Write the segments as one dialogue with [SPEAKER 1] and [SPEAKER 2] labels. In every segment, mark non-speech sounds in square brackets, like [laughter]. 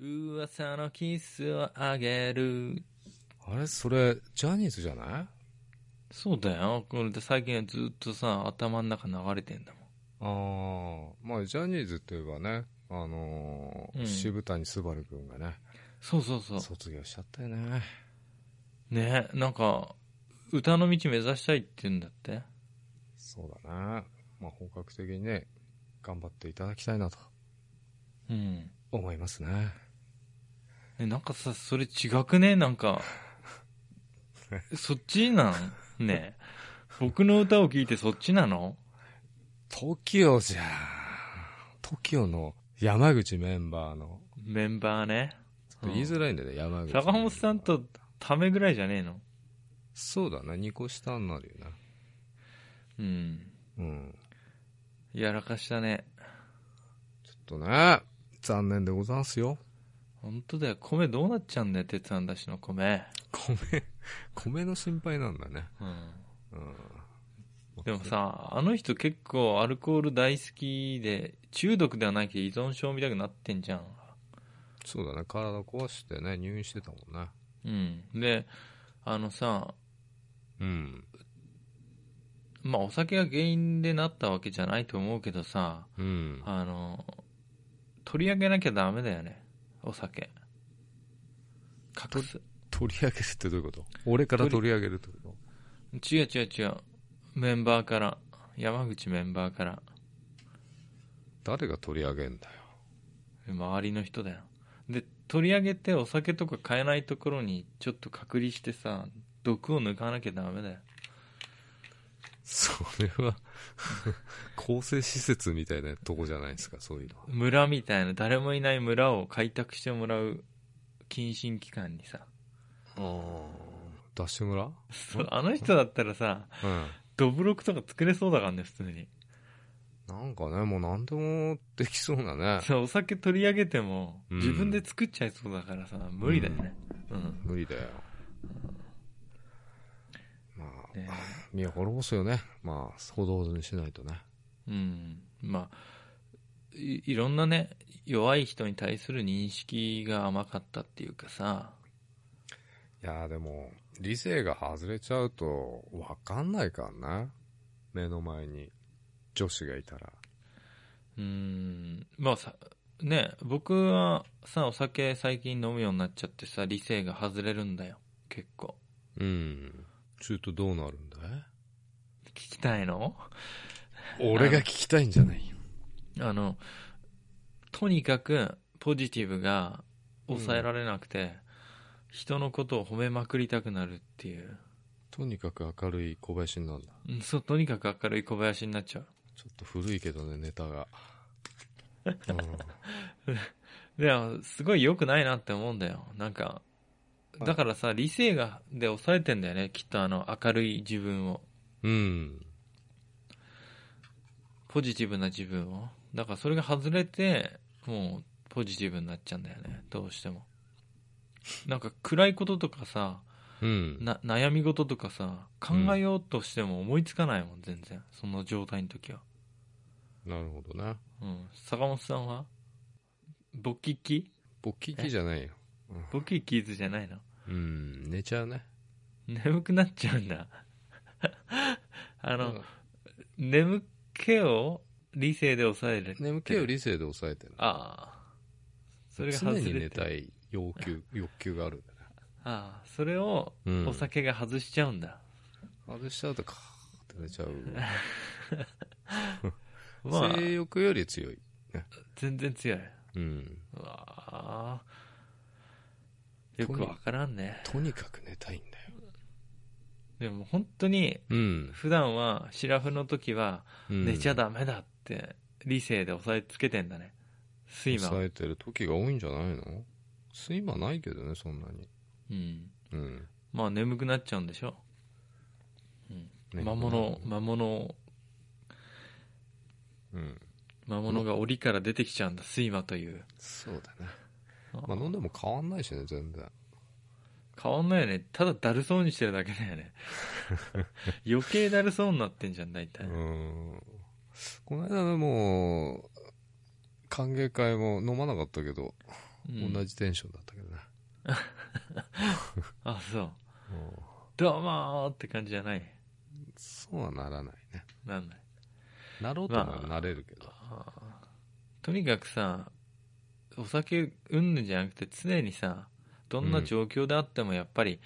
[SPEAKER 1] 噂のキスをあげる。
[SPEAKER 2] あれそれ、ジャニーズじゃない
[SPEAKER 1] そうだよ。これで最近はずっとさ、頭の中流れてんだもん。
[SPEAKER 2] ああ、まあ、ジャニーズといえばね、あのー
[SPEAKER 1] うん
[SPEAKER 2] 渋谷すばるくんがね、
[SPEAKER 1] そうそうそう。
[SPEAKER 2] 卒業しちゃったよね。
[SPEAKER 1] ねなんか、歌の道目指したいって言うんだって。
[SPEAKER 2] そうだな。まあ、本格的にね、頑張っていただきたいなと
[SPEAKER 1] うん。
[SPEAKER 2] 思いますね。
[SPEAKER 1] ね、なんかさ、それ違くねなん [laughs] か。そっちなんね僕の歌を聴いてそっちなの
[SPEAKER 2] TOKIO じゃん。TOKIO の山口メンバーの、
[SPEAKER 1] メンバーね。
[SPEAKER 2] ちょっと言いづらいんだよね、山口。
[SPEAKER 1] 坂本さん。とためぐらいじゃねえの
[SPEAKER 2] そうだね、2個下になるよね。
[SPEAKER 1] うん。
[SPEAKER 2] うん。
[SPEAKER 1] やらかしたね。
[SPEAKER 2] ちょっとね、残念でござんすよ。
[SPEAKER 1] 本当だよ。米どうなっちゃうんだよ、鉄腕だしの米。
[SPEAKER 2] 米、米の心配なんだね。
[SPEAKER 1] うん。
[SPEAKER 2] うん。
[SPEAKER 1] でもさ、あの人結構アルコール大好きで、中毒ではないけど依存症みたくなってんじゃん。
[SPEAKER 2] そうだね、体壊してね、入院してたもんね。
[SPEAKER 1] うん。で、あのさ、
[SPEAKER 2] うん。
[SPEAKER 1] まあお酒が原因でなったわけじゃないと思うけどさ、
[SPEAKER 2] うん。
[SPEAKER 1] あの、取り上げなきゃダメだよね。お酒。隠す。
[SPEAKER 2] 取り上げるってどういうこと俺から取り上げるってこと
[SPEAKER 1] 違う違う違う。メンバーから。山口メンバーから。
[SPEAKER 2] 誰が取り上げんだよ。
[SPEAKER 1] 周りの人だよで取り上げてお酒とか買えないところにちょっと隔離してさ毒を抜かなきゃダメだよ
[SPEAKER 2] それは、 [laughs] 構成施設みたいなとこじゃないですか、そういうのは。
[SPEAKER 1] 村みたいな誰もいない村を開拓してもらう謹慎期間にさ
[SPEAKER 2] ダッシュ村うん。
[SPEAKER 1] そうあの人だったらさどぶろくとか作れそうだからね普通に
[SPEAKER 2] なんかね、もう何でもできそうな [laughs] ね。
[SPEAKER 1] さお酒取り上げても
[SPEAKER 2] うん
[SPEAKER 1] 自分で作っちゃいそうだからさ無理だよねうん、
[SPEAKER 2] 無理だよ。まあ、
[SPEAKER 1] ね
[SPEAKER 2] 身を滅ぼすよね。まあ、ほどほどにしないとね。
[SPEAKER 1] うん、まあいいろんなね弱い人に対する認識が甘かったっていうかさ
[SPEAKER 2] いやーでも、理性が外れちゃうと、わかんないからな。目の前に女子がいたら。
[SPEAKER 1] うーんまあさね僕はさお酒最近飲むようになっちゃってさ理性が外れるんだよ結構
[SPEAKER 2] うん。中途どうなるんだい
[SPEAKER 1] 聞きたいの
[SPEAKER 2] 俺が聞きたいんじゃないよ。
[SPEAKER 1] あのとにかくポジティブが抑えられなくて、人のことを褒めまくりたくなるっていう、
[SPEAKER 2] とにかく明るい小林になるんだ。
[SPEAKER 1] うん、そうとにかく明るい小林になっちゃう
[SPEAKER 2] ちょっと古いけどね、ネタ [laughs] が。
[SPEAKER 1] でもすごい良くないなって思うんだよなんか
[SPEAKER 2] はい
[SPEAKER 1] だからさ理性がで抑えてんだよねきっとあの明るい自分を
[SPEAKER 2] うん。うん。
[SPEAKER 1] ポジティブな自分をだからそれが外れてもうポジティブになっちゃうんだよねどうしてもなんか暗いこととかさ
[SPEAKER 2] うん。
[SPEAKER 1] な悩み事とかさ考えようとしても思いつかないもん全然その状態の時は、
[SPEAKER 2] なるほどな。
[SPEAKER 1] うん、坂本さんはボキキ
[SPEAKER 2] ボッキキじゃないよ。
[SPEAKER 1] ボキキーズじゃないの
[SPEAKER 2] うん、寝ちゃうね。
[SPEAKER 1] 眠くなっちゃうんだ [laughs] あ
[SPEAKER 2] あ
[SPEAKER 1] の、眠気を理性で抑える
[SPEAKER 2] 眠気を理性で抑えてる。
[SPEAKER 1] ああそれが
[SPEAKER 2] 常
[SPEAKER 1] 外れて
[SPEAKER 2] に
[SPEAKER 1] る
[SPEAKER 2] 寝たい要求、欲求があるんだね。
[SPEAKER 1] ああそれを
[SPEAKER 2] うん
[SPEAKER 1] お酒が外しちゃうんだ、
[SPEAKER 2] 外しちゃうとカーって寝ちゃう。
[SPEAKER 1] まあ
[SPEAKER 2] 性欲より強い。
[SPEAKER 1] 全然強い
[SPEAKER 2] うん。
[SPEAKER 1] うわあよくわからんね
[SPEAKER 2] とにかく寝たいんだよ。
[SPEAKER 1] でも本当に
[SPEAKER 2] うん。
[SPEAKER 1] 普段はシラフの時は寝ちゃ。ダメだって理性で押さえつけてんだね睡魔を
[SPEAKER 2] 抑えてる時が多いんじゃないの睡魔ないけどね、そんなに。
[SPEAKER 1] うん
[SPEAKER 2] うん。
[SPEAKER 1] まあ眠くなっちゃうんでしょ、うん、魔物魔物
[SPEAKER 2] うん。
[SPEAKER 1] 魔物が檻から出てきちゃうんだ睡魔という
[SPEAKER 2] そうだね。まあ飲んでも変わんないしね、全然。
[SPEAKER 1] 変わんないよねただだるそうにしてるだけだよ
[SPEAKER 2] [laughs]
[SPEAKER 1] ね余計だるそうになってんじゃん大
[SPEAKER 2] う
[SPEAKER 1] 体、
[SPEAKER 2] ん。この間でも、歓迎会も飲まなかったけど、
[SPEAKER 1] うん
[SPEAKER 2] 同じテンションだったけどね。
[SPEAKER 1] あそう
[SPEAKER 2] うん
[SPEAKER 1] どうもーって感じじゃない
[SPEAKER 2] そうはならないね。
[SPEAKER 1] なんない
[SPEAKER 2] なろうと
[SPEAKER 1] ま
[SPEAKER 2] も
[SPEAKER 1] あ
[SPEAKER 2] なれるけど。
[SPEAKER 1] あーとにかくさお酒うんぬんじゃなくて常にさどんな状況であってもやっぱり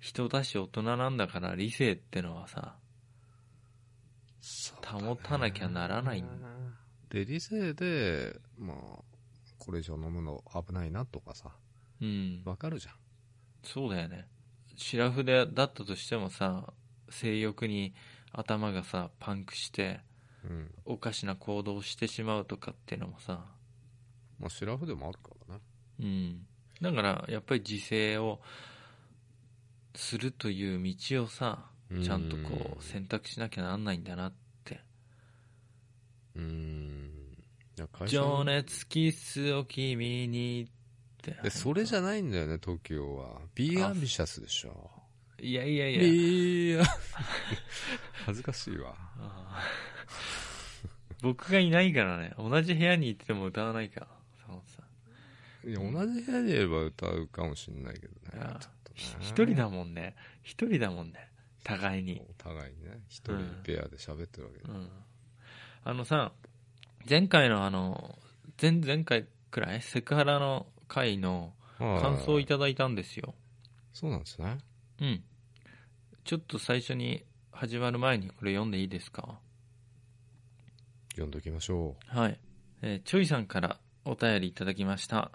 [SPEAKER 1] 人だし大人なんだから理性ってのはさ
[SPEAKER 2] そうだね
[SPEAKER 1] 保たなきゃならないん
[SPEAKER 2] で、理性で、まあ、これ以上飲むの危ないなとかさ、
[SPEAKER 1] うん
[SPEAKER 2] わかるじゃん。
[SPEAKER 1] そうだよね白筆だったとしてもさ性欲に頭がさパンクして
[SPEAKER 2] うん。
[SPEAKER 1] おかしな行動をしてしまうとかっていうのもさ
[SPEAKER 2] まあ、シラフでもあるからね。
[SPEAKER 1] うんだからやっぱり自制をするという道をさ
[SPEAKER 2] うん
[SPEAKER 1] ちゃんとこう選択しなきゃなんないんだなって
[SPEAKER 2] うーん。いや
[SPEAKER 1] 「
[SPEAKER 2] 会社の
[SPEAKER 1] 情熱キスを君に」って
[SPEAKER 2] で、それじゃないんだよね、東京は。ビーアンビシャスでしょ。
[SPEAKER 1] いやいやいや
[SPEAKER 2] ビーアン。 [laughs] 恥ずかしいわ。
[SPEAKER 1] あー [laughs] 僕がいないからね同じ部屋にいても歌わないから坂本さん
[SPEAKER 2] いや、同じ部屋で言えば歌うかもしれないけどね。
[SPEAKER 1] ああ
[SPEAKER 2] ちょっとね
[SPEAKER 1] ひ一人だもんね一人だもんね互いに、
[SPEAKER 2] お互いにね、一人ペアで喋ってるわけで
[SPEAKER 1] う。ん、あのさ前回のあの前前回くらいセクハラの回の
[SPEAKER 2] はい
[SPEAKER 1] 感想をいただいたんですよ
[SPEAKER 2] そうなんですね。
[SPEAKER 1] うんちょっと最初に始まる前にこれ読んでいいですか
[SPEAKER 2] 読んでおきましょ
[SPEAKER 1] はい、えー、ちょいさんからお便りいただきました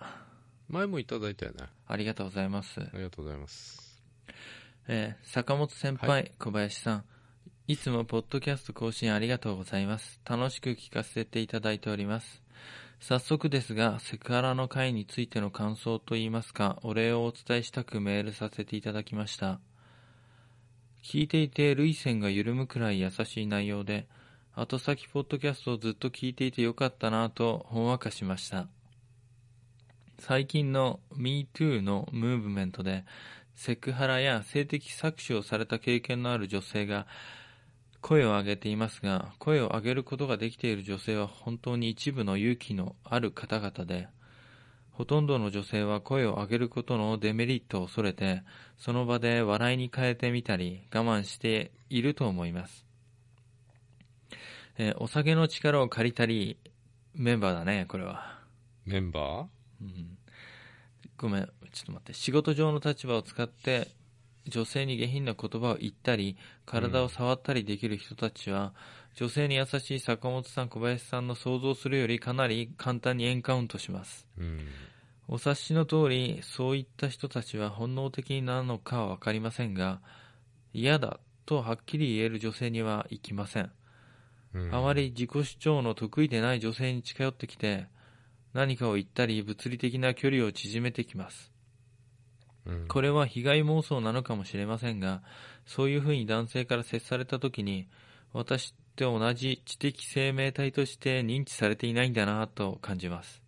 [SPEAKER 2] う。前もいただいたよね。
[SPEAKER 1] ありがとうございます
[SPEAKER 2] ありがとうございます。
[SPEAKER 1] えー坂本先輩、
[SPEAKER 2] は
[SPEAKER 1] 小林さんいつもポッドキャスト更新ありがとうございます楽しく聞かせていただいております早速ですがセクハラの会についての感想といいますかお礼をお伝えしたくメールさせていただきました聞いていて涙腺が緩むくらい優しい内容で後先ポッドキャストをずっと聞いていてよかったなぁとほんわかしました最近の MeToo のムーブメントでセクハラや性的搾取をされた経験のある女性が声を上げていますが声を上げることができている女性は本当に一部の勇気のある方々でほとんどの女性は声を上げることのデメリットを恐れてその場で笑いに変えてみたり我慢していると思います、えーお酒の力を借りたりメンバーだねこれは
[SPEAKER 2] メンバ
[SPEAKER 1] うんごめんちょっと待って仕事上の立場を使って女性に下品な言葉を言ったり体を触ったりできる人たちは、女性に優しい坂本さん小林さんの想像するよりかなり簡単にエンカウントします
[SPEAKER 2] ーうん。
[SPEAKER 1] お察しの通りそういった人たちは本能的なのかは分かりませんが嫌だとはっきり言える女性には行きません
[SPEAKER 2] うん
[SPEAKER 1] あまり自己主張の得意でない女性に近寄ってきて、何かを言ったり物理的な距離を縮めてきます。
[SPEAKER 2] うん
[SPEAKER 1] これは被害妄想なのかもしれませんが、そういうふうに男性から接された時に、私って同じ知的生命体として認知されていないんだなぁと感じます。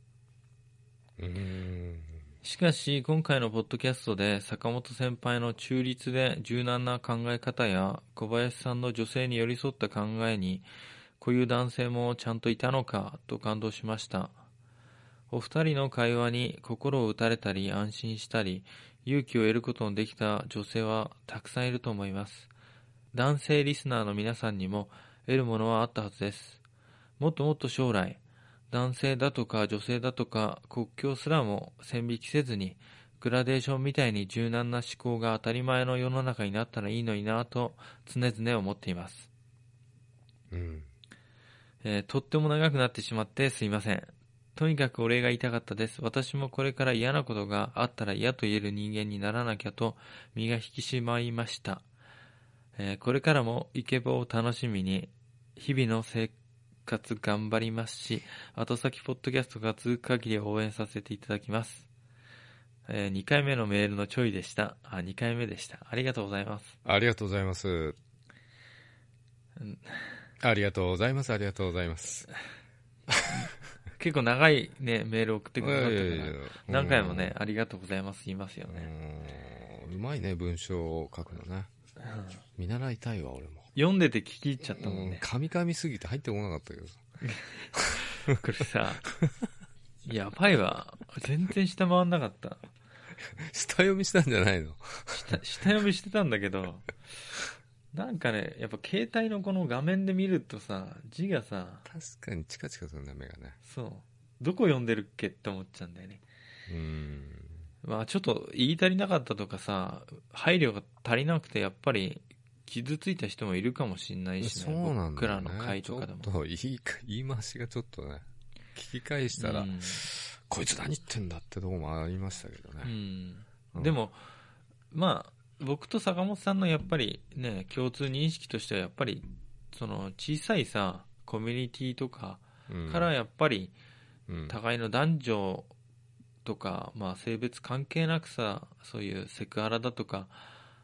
[SPEAKER 2] うん。
[SPEAKER 1] しかし今回のポッドキャストで坂本先輩の中立で柔軟な考え方や小林さんの女性に寄り添った考えにこういう男性もちゃんといたのかと感動しましたお二人の会話に心を打たれたり安心したり勇気を得ることのできた女性はたくさんいると思います男性リスナーの皆さんにも得るものはあったはずですもっともっと将来男性だとか女性だとか国境すらも線引きせずにグラデーションみたいに柔軟な思考が当たり前の世の中になったらいいのになぁと常々思っています、
[SPEAKER 2] うん。
[SPEAKER 1] えーとっても長くなってしまってすいませんとにかくお礼が言いたかったです私もこれから嫌なことがあったら嫌と言える人間にならなきゃと身が引き締まりました、えーこれからもイケボを楽しみに日々の生活頑張りますし後先ポッドキャストが続く限り応援させていただきます、え2回目のメールのちょいでしたあ2回目でしたありがとうございます
[SPEAKER 2] ありがとうございます
[SPEAKER 1] ん。
[SPEAKER 2] ありがとうございます。ありがとうございます。
[SPEAKER 1] 結構長いねメール送ってくださって
[SPEAKER 2] い
[SPEAKER 1] か
[SPEAKER 2] や
[SPEAKER 1] ら
[SPEAKER 2] いやいや
[SPEAKER 1] 何回もね、ありがとうございます言いますよ
[SPEAKER 2] う
[SPEAKER 1] ね、
[SPEAKER 2] ん。うまいね、文章を書くのね。
[SPEAKER 1] うん
[SPEAKER 2] 見習いたいわ、俺も。
[SPEAKER 1] 読んでて聞き入っちゃったもん
[SPEAKER 2] うん
[SPEAKER 1] ね、
[SPEAKER 2] 噛み噛みすぎて入ってこなかったけど。
[SPEAKER 1] これさやばいわ。全然下回んなかった。
[SPEAKER 2] 下読みしたんじゃないの
[SPEAKER 1] 下下読みしてたんだけど、なんかね、やっぱ携帯のこの画面で見るとさ、字がさ、
[SPEAKER 2] 確かにチカチカするね、目がね。
[SPEAKER 1] そう、どこ読んでるっけって思っちゃうんだよね。
[SPEAKER 2] うーん。
[SPEAKER 1] まあちょっと言い足りなかったとかさ、配慮が足りなくてやっぱり傷ついた人もいるかもしんないし
[SPEAKER 2] そう
[SPEAKER 1] ね、
[SPEAKER 2] なん
[SPEAKER 1] 僕ら
[SPEAKER 2] だよ
[SPEAKER 1] の
[SPEAKER 2] ね。
[SPEAKER 1] 回とかでも。
[SPEAKER 2] ちょっと言い、言い回しがちょっとね、聞き返したら、
[SPEAKER 1] うん
[SPEAKER 2] こいつ何言ってんだってとこもありましたけど
[SPEAKER 1] う
[SPEAKER 2] ね。
[SPEAKER 1] ん
[SPEAKER 2] うん
[SPEAKER 1] で、も、まあ、僕と坂本さんのやっぱりね、共通認識としては、やっぱり、その小さいさ、コミュニティとかから
[SPEAKER 2] や、
[SPEAKER 1] やっぱり、
[SPEAKER 2] うん
[SPEAKER 1] 互いの男女とか、まあ、性別関係なくさ、そういうセクハラだとか、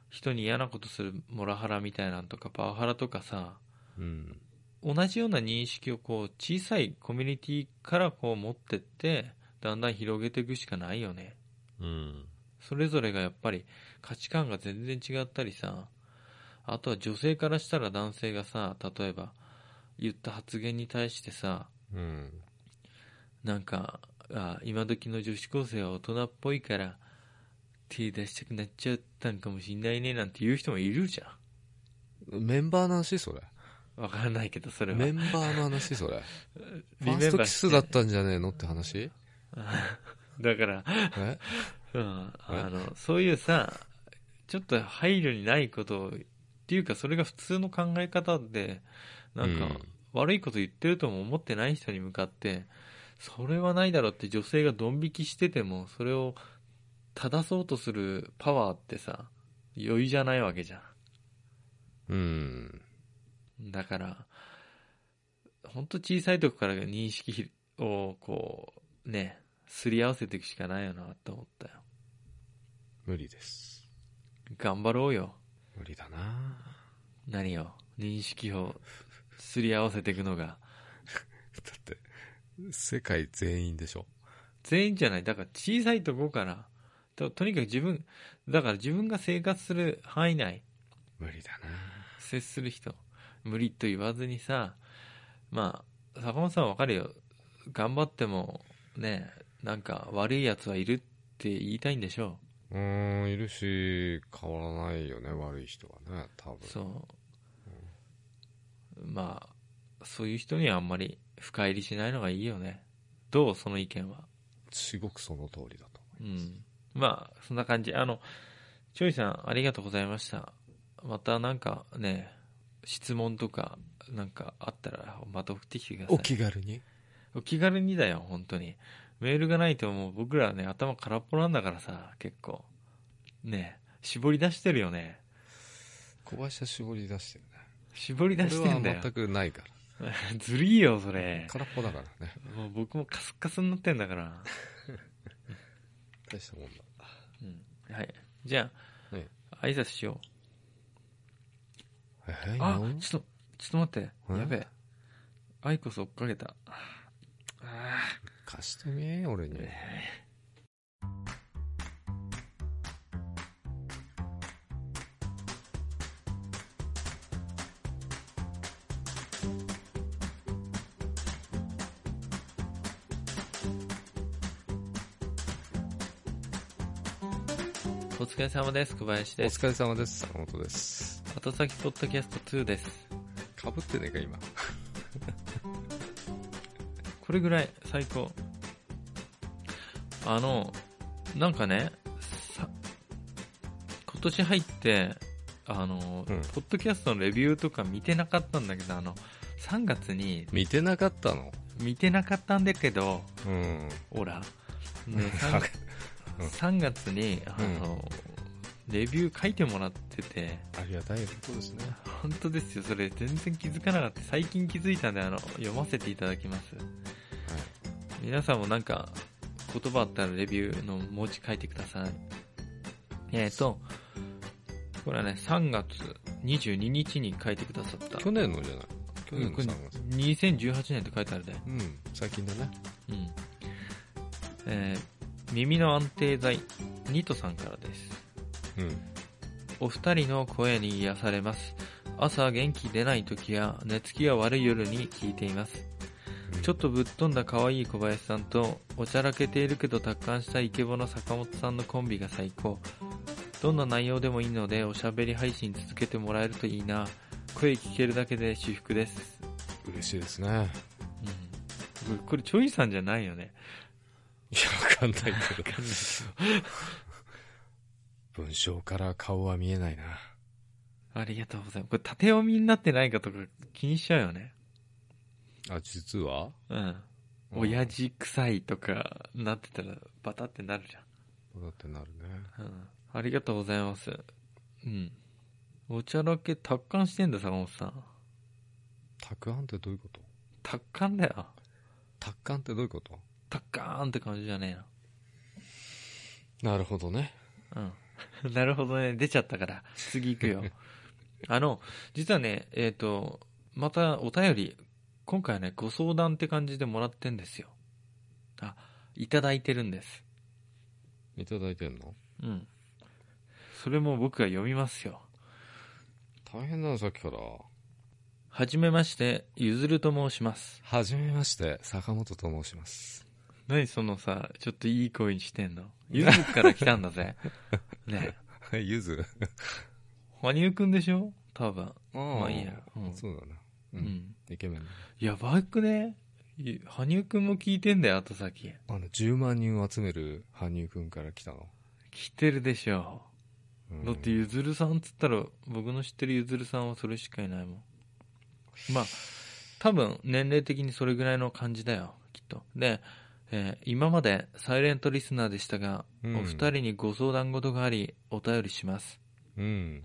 [SPEAKER 1] 人に嫌なことするモラハラみたいなんとか、パワハラとかさ、
[SPEAKER 2] うん。
[SPEAKER 1] 同じような認識をこう、小さいコミュニティからこう持ってって、だんだん広げていくしかないよね。
[SPEAKER 2] うん。
[SPEAKER 1] それぞれがやっぱり価値観が全然違ったりさ、あとは女性からしたら男性がさ、例えば言った発言に対してさ、
[SPEAKER 2] うん。
[SPEAKER 1] なんか、あ今時の女子高生は大人っぽいから手出したくなっちゃったんかもしんないねなんて言う人もいるじゃ
[SPEAKER 2] メンバーの話それ。
[SPEAKER 1] ん。わからないけど、それは。
[SPEAKER 2] メンバーの話それ。フ
[SPEAKER 1] [laughs] リメ
[SPEAKER 2] ァ
[SPEAKER 1] ンバー
[SPEAKER 2] ーストキスだったんじゃねえのって話
[SPEAKER 1] [laughs] だから、
[SPEAKER 2] え
[SPEAKER 1] うん、あの、そういうさ、ちょっと配慮にないことを、っていうかそれが普通の考え方で、なんか、
[SPEAKER 2] うん
[SPEAKER 1] 悪いこと言ってるとも思ってない人に向かって、それはないだろうって女性がドン引きしてても、それを正そうとするパワーってさ、余裕じゃないわけじゃ
[SPEAKER 2] うん。
[SPEAKER 1] ん。だから、ほんと小さいとこから認識をこう、ね、すり合わせていくしかないよなって思ったよ。
[SPEAKER 2] 無理です。
[SPEAKER 1] 頑張ろうよ。
[SPEAKER 2] 無理だな
[SPEAKER 1] 何を認識をすり合わせていくのが
[SPEAKER 2] だって、世界全員でしょ
[SPEAKER 1] 全員じゃないだから小さいとこからととにかく自分だから自分が生活する範囲内
[SPEAKER 2] 無理だな
[SPEAKER 1] 接する人無理と言わずにさまあ坂本さんはわかるよ頑張ってもねなんか悪いやつはいるって言いたいんでしょ
[SPEAKER 2] うーん、いるし、変わらないよね、悪い人はね、多分。
[SPEAKER 1] うそうまあそういう人にはあんまり深入りしないのがいいよねどうその意見は
[SPEAKER 2] すごくその通りだと
[SPEAKER 1] う
[SPEAKER 2] 思います。
[SPEAKER 1] ん。まあ、そんな感じ。あの、ちょいさん、ありがとうございました。またなんかね、質問とか、なんかあったら、また送ってきてください。
[SPEAKER 2] お気軽に
[SPEAKER 1] お気軽にだよ、本当に。メールがないともう僕らね、頭空っぽなんだからさ、結構。ね絞り出してるよね。
[SPEAKER 2] 小林は絞り出してるね。
[SPEAKER 1] 絞り出し
[SPEAKER 2] これ
[SPEAKER 1] て
[SPEAKER 2] は
[SPEAKER 1] んだよ
[SPEAKER 2] 全。くないから。
[SPEAKER 1] [laughs] ずるいよ、それ。
[SPEAKER 2] 空っぽだからね。
[SPEAKER 1] もう僕もカスカスになってんだ
[SPEAKER 2] [laughs]
[SPEAKER 1] から。
[SPEAKER 2] 大したもんだ。
[SPEAKER 1] うん。はい。じゃ
[SPEAKER 2] ね
[SPEAKER 1] あ、挨拶しよう。
[SPEAKER 2] えー、
[SPEAKER 1] あ
[SPEAKER 2] いいの
[SPEAKER 1] ちょっとちょっと待って
[SPEAKER 2] え
[SPEAKER 1] やべえアイコス追っかけたあ
[SPEAKER 2] 貸してみ俺に。
[SPEAKER 1] ーお疲れ様です小林
[SPEAKER 2] お
[SPEAKER 1] です
[SPEAKER 2] 疲れ様です。坂本です。
[SPEAKER 1] 後先ポッドキャスト2です
[SPEAKER 2] かぶってねえか、今。
[SPEAKER 1] これぐらい最高あのなんかねさ今年入ってあの、
[SPEAKER 2] うん
[SPEAKER 1] ポッドキャストのレビューとか見てなかったんだけどあの3月に
[SPEAKER 2] 見てなかったの
[SPEAKER 1] 見てなかったんだけど
[SPEAKER 2] うん。
[SPEAKER 1] ほら、ね、3,
[SPEAKER 2] [laughs] うん
[SPEAKER 1] 月にあの、レビュー書いてもらってて
[SPEAKER 2] ありがたいことですね。
[SPEAKER 1] 本当ですよそれ全然気づかなかった最近気づいたんであの読ませていただきます皆さんもなんか言葉あったらレビューの文字書いてくださいえっ、ー、とこれはね3月22日に書いてくださった
[SPEAKER 2] 去年のじゃない去年の
[SPEAKER 1] これ
[SPEAKER 2] 3月。
[SPEAKER 1] 2018年って書いてあるで
[SPEAKER 2] うん、最近だね。
[SPEAKER 1] うんえー耳の安定剤ニトさんからです
[SPEAKER 2] うん。
[SPEAKER 1] お二人の声に癒されます。朝元気出ない時や寝つきが悪い夜に聞いています。ちょっとぶっ飛んだ可愛い小林さんとおちゃらけているけど達観したイケボの坂本さんのコンビが最高どんな内容でもいいのでおしゃべり配信続けてもらえるといいな声聞けるだけで私服です、
[SPEAKER 2] 嬉しいですね。
[SPEAKER 1] うん、これチョイさんじゃないよね
[SPEAKER 2] いや、わかんないけど。文章から顔は見えないな。
[SPEAKER 1] ありがとうございますこれ縦読みになってないかとか気にしちゃうよね
[SPEAKER 2] あ、実は
[SPEAKER 1] うん親。父臭いとかなってたらバタってなるじ
[SPEAKER 2] うんだってなるね。
[SPEAKER 1] ゃん、うん、ありがとうございますうんおちゃらけ達観してんだ坂本さん
[SPEAKER 2] たくあんってどういうこと
[SPEAKER 1] 達観だよ
[SPEAKER 2] たくあんってどういうこと
[SPEAKER 1] 達観って感じじゃね
[SPEAKER 2] なるほどね。
[SPEAKER 1] えなうん [laughs] なるほどね出ちゃったから次行く [laughs] よあの実はねえっ、とまたお便り今回はねご相談って感じでもらってんですよあいただいてるんです
[SPEAKER 2] いただいてんの
[SPEAKER 1] うんそれも僕が読みますよ
[SPEAKER 2] 大変だな、さっきから。
[SPEAKER 1] はじめまして、ゆずると申します。
[SPEAKER 2] はじめまして、坂本と申します。
[SPEAKER 1] 何そのさ、ちょっといい声にしてんのゆずから来たんだぜ。ねえ
[SPEAKER 2] [laughs] ゆず。
[SPEAKER 1] 羽生くんでしょ多分。
[SPEAKER 2] ああ
[SPEAKER 1] まあいいや。うん。
[SPEAKER 2] そうだな。う。
[SPEAKER 1] うんん、
[SPEAKER 2] イケメン。
[SPEAKER 1] やばくねい羽生くんも聞いてんだよ、後先。
[SPEAKER 2] あの、10万人を集める羽生くんから来たの。
[SPEAKER 1] 来てるでしょ。
[SPEAKER 2] うん
[SPEAKER 1] だってゆずるさんっつったら、僕の知ってるゆずるさんはそれしかいないもん。まあ、多分年齢的にそれぐらいの感じだよ、きっと。で、えー今までサイレントリスナーでしたが、
[SPEAKER 2] うん
[SPEAKER 1] お二人にご相談事があり、お便りします。
[SPEAKER 2] うん。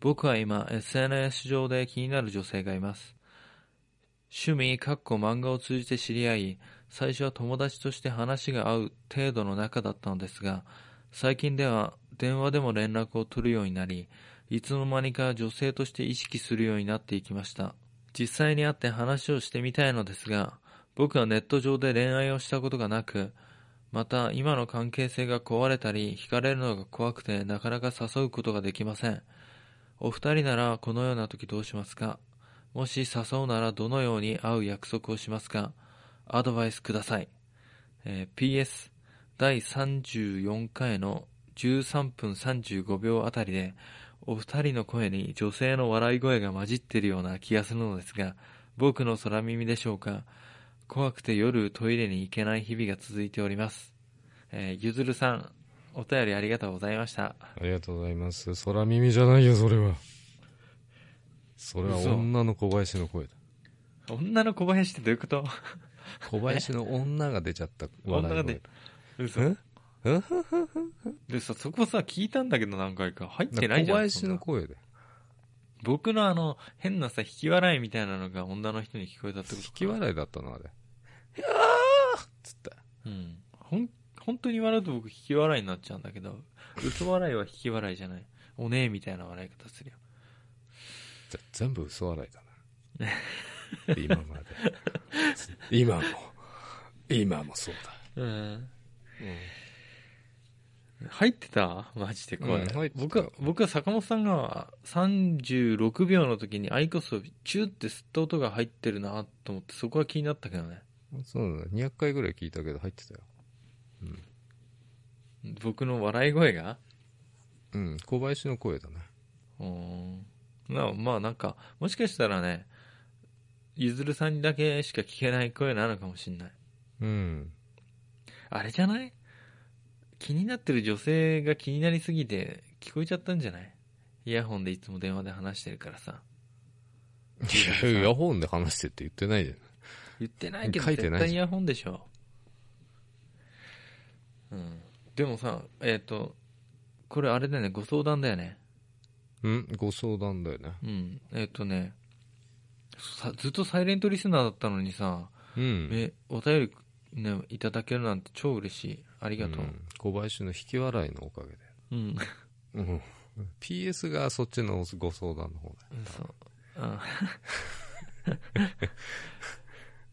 [SPEAKER 1] 僕は今、SNS 上で気になる女性がいます。趣味、かっこ漫画を通じて知り合い、最初は友達として話が合う程度の仲だったのですが、最近では電話でも連絡を取るようになり、いつの間にか女性として意識するようになっていきました。実際に会って話をしてみたいのですが、僕はネット上で恋愛をしたことがなく、また今の関係性が壊れたり、惹かれるのが怖くてなかなか誘うことができません。お二人ならこのような時どうしますかもし誘うならどのように会う約束をしますかアドバイスください。えー PS 第34回の13分35秒あたりでお二人の声に女性の笑い声が混じってるような気がするのですが僕の空耳でしょうか怖くて夜トイレに行けない日々が続いております、えーゆずるさんお便りありがとうございました
[SPEAKER 2] ありがとうございます。空耳じゃないよ、それは。それは
[SPEAKER 1] 嘘
[SPEAKER 2] 女の小林の声だ。
[SPEAKER 1] 女の小林ってどういうこと
[SPEAKER 2] 小林の女が出ちゃった笑い声。
[SPEAKER 1] 女が出嘘
[SPEAKER 2] え
[SPEAKER 1] でさそこさ聞いたんだけど何回か入ってない
[SPEAKER 2] 小
[SPEAKER 1] じゃん
[SPEAKER 2] 林
[SPEAKER 1] そん
[SPEAKER 2] の
[SPEAKER 1] な
[SPEAKER 2] 声で。
[SPEAKER 1] 僕のあの変なさ引き笑いみたいなのが女の人に聞こえたってこと
[SPEAKER 2] 引
[SPEAKER 1] か
[SPEAKER 2] き笑いだったな、あれ。いやーつった。
[SPEAKER 1] うんほん本当に笑うと僕引き笑いになっちゃうんだけど嘘笑いは引き笑いじゃないおねえみたいな笑い方するよ
[SPEAKER 2] じゃ全部嘘笑いだな。今まで。今も。今もそうだ。
[SPEAKER 1] うん
[SPEAKER 2] う
[SPEAKER 1] 入ってたマジでこれ、
[SPEAKER 2] うん入ってた
[SPEAKER 1] 僕は僕は坂本さんが36秒の時にアイコスをチューって吸った音が入ってるなと思ってそこは気になったけどね
[SPEAKER 2] ん。そうだね。200回ぐらい聞いたけど入ってたよ。
[SPEAKER 1] 僕の笑い声が
[SPEAKER 2] うん。小林の声だね。
[SPEAKER 1] うーんなまあなんかもしかしたらねゆずるさんにだけしか聞けない声なのかもしんない
[SPEAKER 2] うん。
[SPEAKER 1] あれじゃない気になってる女性が気になりすぎて聞こえちゃったんじゃないイヤホンでいつも電話で話してるからさ
[SPEAKER 2] いや、イヤホンで話してって言ってないじゃん。
[SPEAKER 1] 言ってないけど
[SPEAKER 2] 書いて
[SPEAKER 1] 絶
[SPEAKER 2] ない
[SPEAKER 1] 対イヤホンでしょうんでもさえっ、とこれあれだよねご相談だよね
[SPEAKER 2] うん、ご相談だよね。
[SPEAKER 1] うんえっ、とねさずっとサイレントリスナーだったのにさ
[SPEAKER 2] うん。
[SPEAKER 1] えお便り、ね、いただけるなんて超嬉しいありがとう
[SPEAKER 2] うん小林の引き笑いのおかげで。
[SPEAKER 1] うん、
[SPEAKER 2] うん。PS がそっちのご相談の方だ。
[SPEAKER 1] そうあ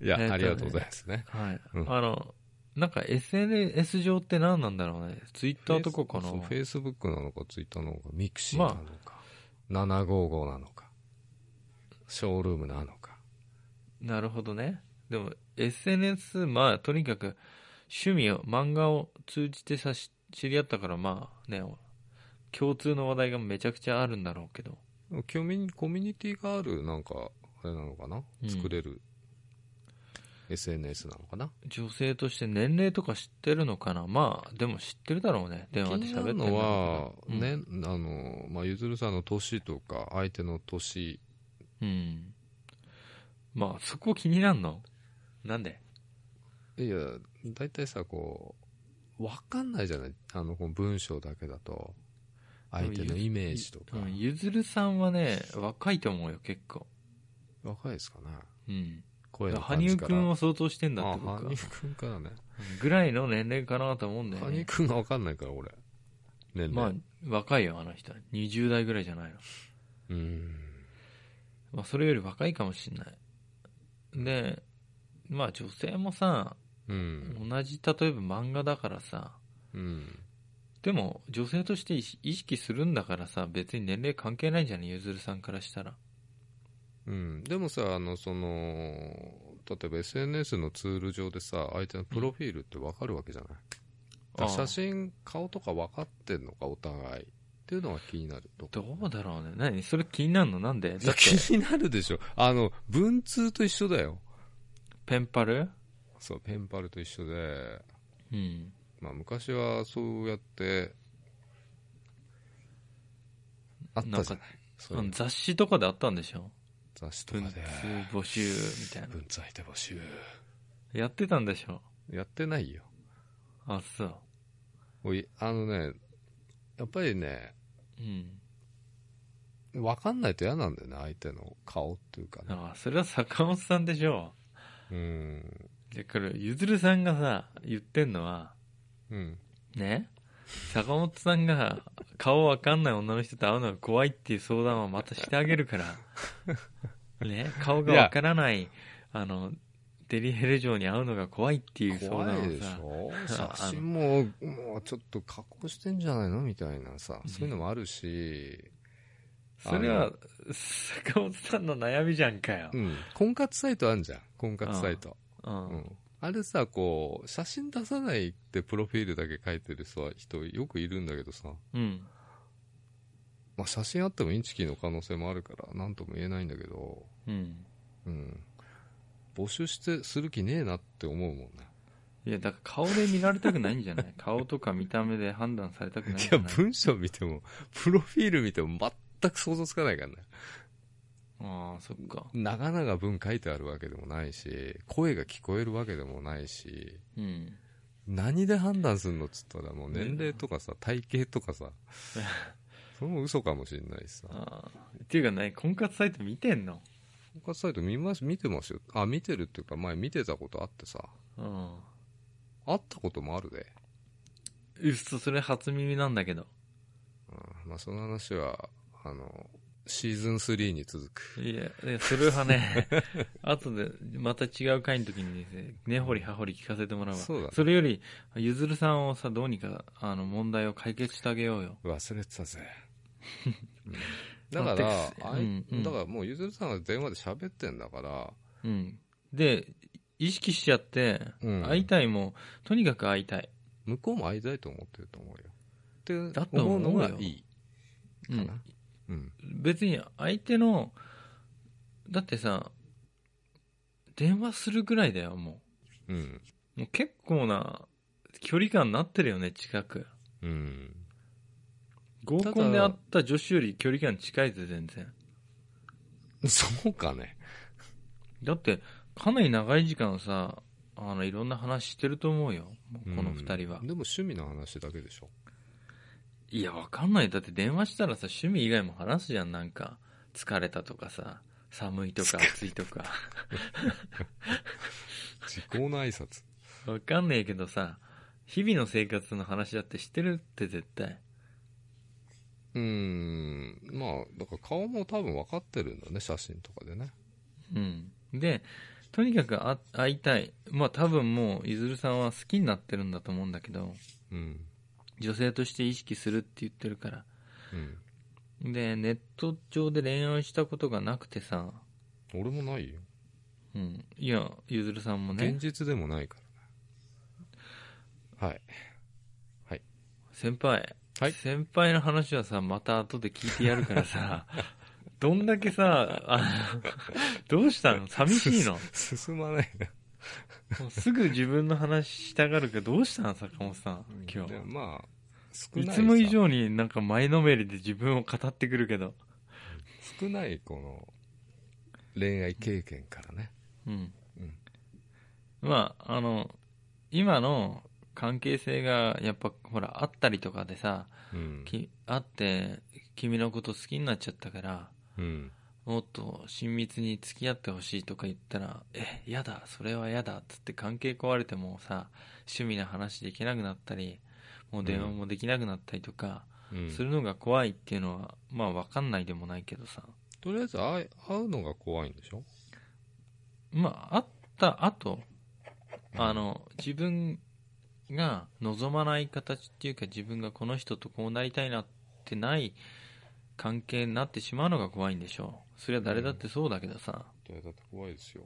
[SPEAKER 2] いや、
[SPEAKER 1] えーと
[SPEAKER 2] ありがとうございますね。
[SPEAKER 1] はい、
[SPEAKER 2] うん
[SPEAKER 1] あのなんか SNS 上って何なんだろうねツイッターとかかな
[SPEAKER 2] そう Facebook なのか Twitter なのか、ミクシーなのか、755なのか、ショールームなのか。
[SPEAKER 1] なるほどねでも SNS まあとにかく趣味を漫画を通じてさし知り合ったからまあね共通の話題がめちゃくちゃあるんだろうけど
[SPEAKER 2] コミュニコミュニティがある、なんか、あれなのかな、
[SPEAKER 1] うん
[SPEAKER 2] 作れる SNS なのかな
[SPEAKER 1] 女性として年齢とか知ってるのかなまあでも知ってるだろうね電話で
[SPEAKER 2] 気
[SPEAKER 1] 喋っ
[SPEAKER 2] にな
[SPEAKER 1] て
[SPEAKER 2] る
[SPEAKER 1] んだ
[SPEAKER 2] のは
[SPEAKER 1] ろ、うけど
[SPEAKER 2] ね、あの、まあ、ゆずるさんの年とか、相手の年、
[SPEAKER 1] うん、うんまあそこ気になんのなんで
[SPEAKER 2] いや、だいたいさ、こう、わかんないじゃないあの、この文章だけだと。相手のイメージとか。
[SPEAKER 1] うんゆずるさんはね若いと思うよ結構
[SPEAKER 2] 若いですかね
[SPEAKER 1] うん
[SPEAKER 2] 声の感
[SPEAKER 1] 羽
[SPEAKER 2] じ
[SPEAKER 1] 生
[SPEAKER 2] から。
[SPEAKER 1] くんを想像してんだって
[SPEAKER 2] あ、
[SPEAKER 1] 僕は
[SPEAKER 2] 羽生くんからね。
[SPEAKER 1] ぐらいの年齢かなと思うんだよ
[SPEAKER 2] 羽
[SPEAKER 1] ね
[SPEAKER 2] 生くんがわかんないから、俺。年
[SPEAKER 1] まあ
[SPEAKER 2] 齢。、
[SPEAKER 1] 若いよ、あの人は。20代ぐらいじゃないの。
[SPEAKER 2] うーん。
[SPEAKER 1] まあ、それより若いかもしんない。で、まあ、女性もさ、
[SPEAKER 2] うん。
[SPEAKER 1] 同じ、例えば漫画だからさ、
[SPEAKER 2] うん。
[SPEAKER 1] でも、女性として意識意識するんだからさ、別に年齢関係ないんじゃないゆずるさんからしたら。
[SPEAKER 2] うん、でもさあのその例えば SNS のツール上でさ相手のプロフィールって分かるわけじゃない、だから
[SPEAKER 1] ああ
[SPEAKER 2] 写真顔とか分かってんのかお互いっていうのが気になると
[SPEAKER 1] どうだろうね。何それ気になるのなんで
[SPEAKER 2] いや
[SPEAKER 1] だって、
[SPEAKER 2] 気になるでしょあの文通と一緒だよ
[SPEAKER 1] ペンパル
[SPEAKER 2] そうペンパルと一緒で、
[SPEAKER 1] うん。
[SPEAKER 2] まあ、昔はそうやってあったじゃないそう
[SPEAKER 1] あ
[SPEAKER 2] い
[SPEAKER 1] の
[SPEAKER 2] う
[SPEAKER 1] 雑誌とかであったんでしょ
[SPEAKER 2] 雑誌とか
[SPEAKER 1] 文通
[SPEAKER 2] で
[SPEAKER 1] 募集みたいな。
[SPEAKER 2] 文通相手募集
[SPEAKER 1] やってたんでしょ
[SPEAKER 2] やってないよ
[SPEAKER 1] あ、そう。
[SPEAKER 2] おいあのねやっぱりね
[SPEAKER 1] うん。
[SPEAKER 2] 分かんないと嫌なんだよね相手の顔っていうかね
[SPEAKER 1] あ、それは坂本さんでしょ
[SPEAKER 2] うん
[SPEAKER 1] で、これ、ゆずるさんがさ、言ってんのは、
[SPEAKER 2] うん
[SPEAKER 1] ね、坂本さんが顔わかんない女の人と会うのが怖いっていう相談はまたしてあげる
[SPEAKER 2] [laughs]
[SPEAKER 1] から、ね、顔がわからない、あの、デリヘル城に会うのが怖いっていう相
[SPEAKER 2] 怖
[SPEAKER 1] 談を
[SPEAKER 2] いでし
[SPEAKER 1] さ、
[SPEAKER 2] ょ
[SPEAKER 1] [laughs] さ
[SPEAKER 2] 写真ももうちょっと加工してんじゃないのみたいなさ
[SPEAKER 1] うん
[SPEAKER 2] そういうのもあるし、
[SPEAKER 1] それは坂本さんの悩みじゃんかよ
[SPEAKER 2] う。ん、婚活サイトあるじゃん婚活サイト
[SPEAKER 1] う。
[SPEAKER 2] うんんあれさこう写真出さないってプロフィールだけ書いてるさ人よくいるんだけどさ、
[SPEAKER 1] うん。
[SPEAKER 2] まあ、写真あってもインチキの可能性もあるから何とも言えないんだけど、
[SPEAKER 1] うん。
[SPEAKER 2] うん、募集してする気ねえなって思うもんね
[SPEAKER 1] いや、だから顔で見られたくないんじゃない [laughs] 顔とか見た目で判断されたくないん
[SPEAKER 2] い
[SPEAKER 1] じ
[SPEAKER 2] や、
[SPEAKER 1] ゃない
[SPEAKER 2] 文章見ても、プロフィール見ても全く想像つかないからね。
[SPEAKER 1] ああ、そっか。
[SPEAKER 2] 長々文書いてあるわけでもないし、声が聞こえるわけでもないし、
[SPEAKER 1] うん。
[SPEAKER 2] 何で判断するのっつったらもう年齢とかさ、体型とか
[SPEAKER 1] [laughs]
[SPEAKER 2] さ、それも嘘かもしれないしさ。
[SPEAKER 1] あーっていうかね、婚活サイト見てんの
[SPEAKER 2] 婚活サイト見ます、見てますよ。あ、見てるっていうか前見てたことあってさ、
[SPEAKER 1] うん。
[SPEAKER 2] 会ったこともあるで。
[SPEAKER 1] うっそ、それ初耳なんだけど。
[SPEAKER 2] うん、まあその話は、あの、シーズン3に続く。
[SPEAKER 1] いや、いやそれはね、 [laughs] 後で、また違う回の時にね、根掘り葉掘り聞かせてもらうわ。
[SPEAKER 2] そうだね
[SPEAKER 1] れより、ゆずるさんをさ、どうにか、あの、問題を解決してあげようよ。
[SPEAKER 2] 忘れて
[SPEAKER 1] [laughs]
[SPEAKER 2] たぜ、だから
[SPEAKER 1] だって
[SPEAKER 2] あい
[SPEAKER 1] うんうん
[SPEAKER 2] だからもうゆずるさんが電話で喋ってんだから
[SPEAKER 1] うん。で、意識しちゃって、
[SPEAKER 2] うん
[SPEAKER 1] 会いたいもう、とにかく会いたい。
[SPEAKER 2] 向こうも会いたいと思ってると思うよって
[SPEAKER 1] だと思
[SPEAKER 2] 思
[SPEAKER 1] う
[SPEAKER 2] う
[SPEAKER 1] よ
[SPEAKER 2] のがいいか
[SPEAKER 1] う。
[SPEAKER 2] なんうん、
[SPEAKER 1] 別に相手の、だってさ、電話するぐらいだよ、もう。
[SPEAKER 2] うん
[SPEAKER 1] もう結構な距離感になってるよね、近く。
[SPEAKER 2] うん、
[SPEAKER 1] 合コンで会った女子より距離感近いぜ、全然。
[SPEAKER 2] [laughs] そうかね
[SPEAKER 1] だって、かなり長い時間さ、あの、いろんな話してると思うよ、もうこの
[SPEAKER 2] うん
[SPEAKER 1] 二人は。
[SPEAKER 2] でも趣味の話だけでしょ
[SPEAKER 1] いや、わかんない。だって電話したらさ、趣味以外も話すじゃん、なんか。疲れたとかさ、寒いとか暑いとか。
[SPEAKER 2] 時効の挨
[SPEAKER 1] [laughs]
[SPEAKER 2] 拶
[SPEAKER 1] わかんねえけどさ、日々の生活の話だってしてるって絶対。
[SPEAKER 2] うんまあだから顔も多分分かってるんだね写真とかでね
[SPEAKER 1] うん。で、とにかくあ会いたい。まあ多分もう、ゆずるさんは好きになってるんだと思うんだけど。
[SPEAKER 2] うん
[SPEAKER 1] 女性として意識するって言ってるから
[SPEAKER 2] うん
[SPEAKER 1] でネット上で恋愛したことがなくてさ
[SPEAKER 2] 俺もないよ
[SPEAKER 1] うん。いや、ゆずるさんもね
[SPEAKER 2] 現、実でもないからね。はい。
[SPEAKER 1] 先輩、
[SPEAKER 2] はい
[SPEAKER 1] 先輩の話はさ、また後で聞いてやるから
[SPEAKER 2] [laughs]
[SPEAKER 1] さ、どんだけさ、あの、どうしたの寂しい
[SPEAKER 2] [laughs]
[SPEAKER 1] の
[SPEAKER 2] 進まないな。
[SPEAKER 1] もうすぐ自分の話したがるけど、どうしたの坂本さん、今
[SPEAKER 2] でも
[SPEAKER 1] 日。
[SPEAKER 2] まあ、少
[SPEAKER 1] い
[SPEAKER 2] ない
[SPEAKER 1] つも以上になんか前のめりで自分を語ってくるけど。
[SPEAKER 2] 少ないこの恋愛経験からね。
[SPEAKER 1] うん。
[SPEAKER 2] うん
[SPEAKER 1] まあ、あの、今の関係性がやっぱほら、あったりとかでさ、
[SPEAKER 2] うん。
[SPEAKER 1] きあって、君のこと好きになっちゃったから、
[SPEAKER 2] うん。
[SPEAKER 1] もっと親密に付き合ってほしいとか言ったら、え、やだ、それはやだ、つって関係壊れてもさ、趣味の話できなくなったり、もう電話もできなくなったりとか、
[SPEAKER 2] うん
[SPEAKER 1] するのが怖いっていうのは、まあわかんないでもないけどさ、
[SPEAKER 2] とりあえず会い会うのが怖いんでしょ
[SPEAKER 1] まあ、あった後、あの、自分が望まない形っていうか自分がこの人とこうなりたいなってない関係になってしまうのが怖いんでしょう。それは誰だってそうだけどさ、
[SPEAKER 2] いやだって怖いですよ。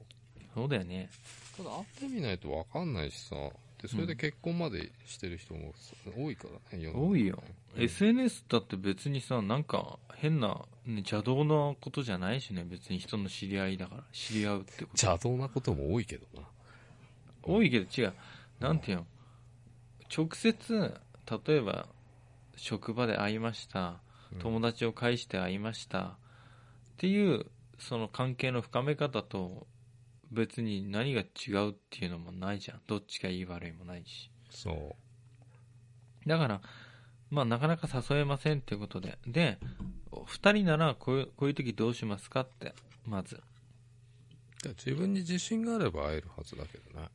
[SPEAKER 1] そうだよね。
[SPEAKER 2] ただ会ってみないと分かんないしさ。で、それで結婚までしてる人も多いからね、世の中
[SPEAKER 1] 多いよ。
[SPEAKER 2] うん
[SPEAKER 1] SNS だって別にさ、なんか変な、ね、邪道なことじゃないしね、別に人の知り合いだから、知り合うってこと。
[SPEAKER 2] 邪道なことも多いけどな。
[SPEAKER 1] 多いけど違う。なんていうの直接、例えば、職場で会いました。友達を介して会いました。っていう、その関係の深め方と、別に何が違うっていうのもないじゃん。どっちがいい悪いもないし。
[SPEAKER 2] そう。
[SPEAKER 1] だから、まあ、なかなか誘えませんっていうことで。で、二人ならこういう、こういう時どうしますかって、まず。
[SPEAKER 2] だから自分に自信があれば会えるはずだけどね。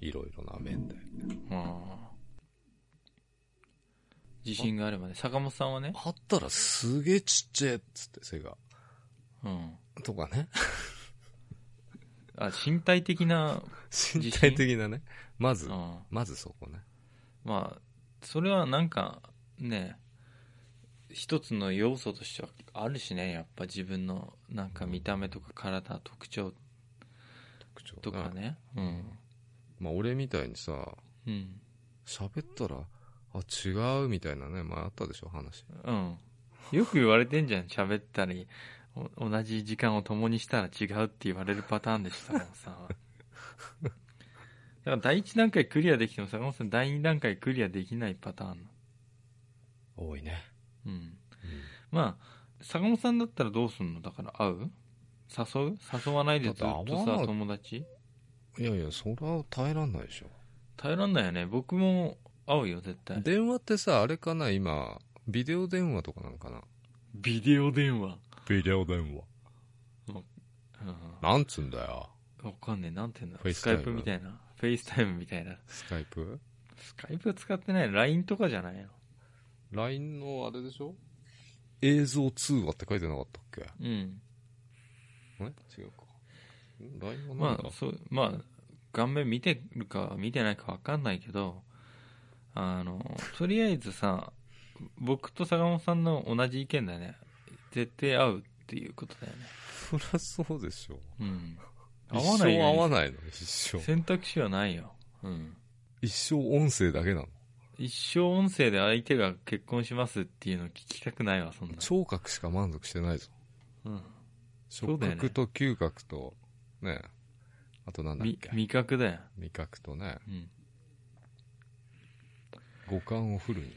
[SPEAKER 2] いろいろな面で。
[SPEAKER 1] うん自信があればね。坂本さんはね。
[SPEAKER 2] 会ったらすげえちっちゃいっつって背が。
[SPEAKER 1] うん。
[SPEAKER 2] とか [laughs] ね。
[SPEAKER 1] あ、身体的な、
[SPEAKER 2] 身体的なね。ま
[SPEAKER 1] う
[SPEAKER 2] ず、
[SPEAKER 1] ん。
[SPEAKER 2] まずそこね。
[SPEAKER 1] まあ、それはなんか、ね、一つの要素としてはあるしね、やっぱ自分のなんか見た目とか体、特徴
[SPEAKER 2] 特徴
[SPEAKER 1] とか。ね。うん。
[SPEAKER 2] まあ俺みたいにさ、
[SPEAKER 1] うん。
[SPEAKER 2] 喋ったら、あ、違うみたいなね、前あったでしょ、話。
[SPEAKER 1] うん。よく言われてんじゃん、喋ったり、お同じ時間を共にしたら違うって言われるパターンでしたもんさ。だから第一段階クリアできても坂本さん第二段階クリアできないパターン。
[SPEAKER 2] 多いね。
[SPEAKER 1] うん。まあ、坂本さんだったらどうすんのだから会う誘う誘わないでずっ
[SPEAKER 2] だって
[SPEAKER 1] と
[SPEAKER 2] 会わな
[SPEAKER 1] さ、
[SPEAKER 2] い
[SPEAKER 1] 友達
[SPEAKER 2] いやいや、それは耐えらんないでしょ。
[SPEAKER 1] 耐えらんないよね。僕も会うよ、絶対。
[SPEAKER 2] 電話ってさ、あれかな、今、ビデオ電話とかなのかな。
[SPEAKER 1] ビデオ電話。
[SPEAKER 2] ビデオ電話。
[SPEAKER 1] う
[SPEAKER 2] なんつうんだよ。
[SPEAKER 1] ん。わかんねえ、なんて言うんだ
[SPEAKER 2] フェイ
[SPEAKER 1] ス
[SPEAKER 2] ス
[SPEAKER 1] カ
[SPEAKER 2] タイ
[SPEAKER 1] イ
[SPEAKER 2] ム
[SPEAKER 1] プみたいな。フェイスタイムみたいな。
[SPEAKER 2] スカイプ
[SPEAKER 1] スカイプ使ってないの ?LINE とかじゃないの
[SPEAKER 2] ?LINE のあれでしょ映像通話って書いてなかったっけ
[SPEAKER 1] うん。
[SPEAKER 2] え違うか。ん LINE はなん
[SPEAKER 1] ま
[SPEAKER 2] だ
[SPEAKER 1] あ、そう、まあ、顔面見てるか見てないかわかんないけど、あの、とりあえずさ、僕と坂本さんの同じ意見だよね。絶対会うっていうことだよね。
[SPEAKER 2] そりゃそうでしょ。
[SPEAKER 1] うん。
[SPEAKER 2] 一
[SPEAKER 1] 合わな
[SPEAKER 2] 生
[SPEAKER 1] いよ
[SPEAKER 2] 合
[SPEAKER 1] う
[SPEAKER 2] わ
[SPEAKER 1] に
[SPEAKER 2] ないの、一生。 [laughs]
[SPEAKER 1] 選択肢はないよ。うん。
[SPEAKER 2] 一生音声だけなの。
[SPEAKER 1] 一生音声で相手が結婚しますっていうの聞きたくないわ、そんな。
[SPEAKER 2] 聴覚しか満足してないぞ。
[SPEAKER 1] うん。そ
[SPEAKER 2] 触
[SPEAKER 1] うだよね
[SPEAKER 2] 覚と嗅覚と、ね、あとなんだっ
[SPEAKER 1] み
[SPEAKER 2] け
[SPEAKER 1] 味覚だよ。
[SPEAKER 2] 味覚とね、
[SPEAKER 1] うん。
[SPEAKER 2] 五感をフルに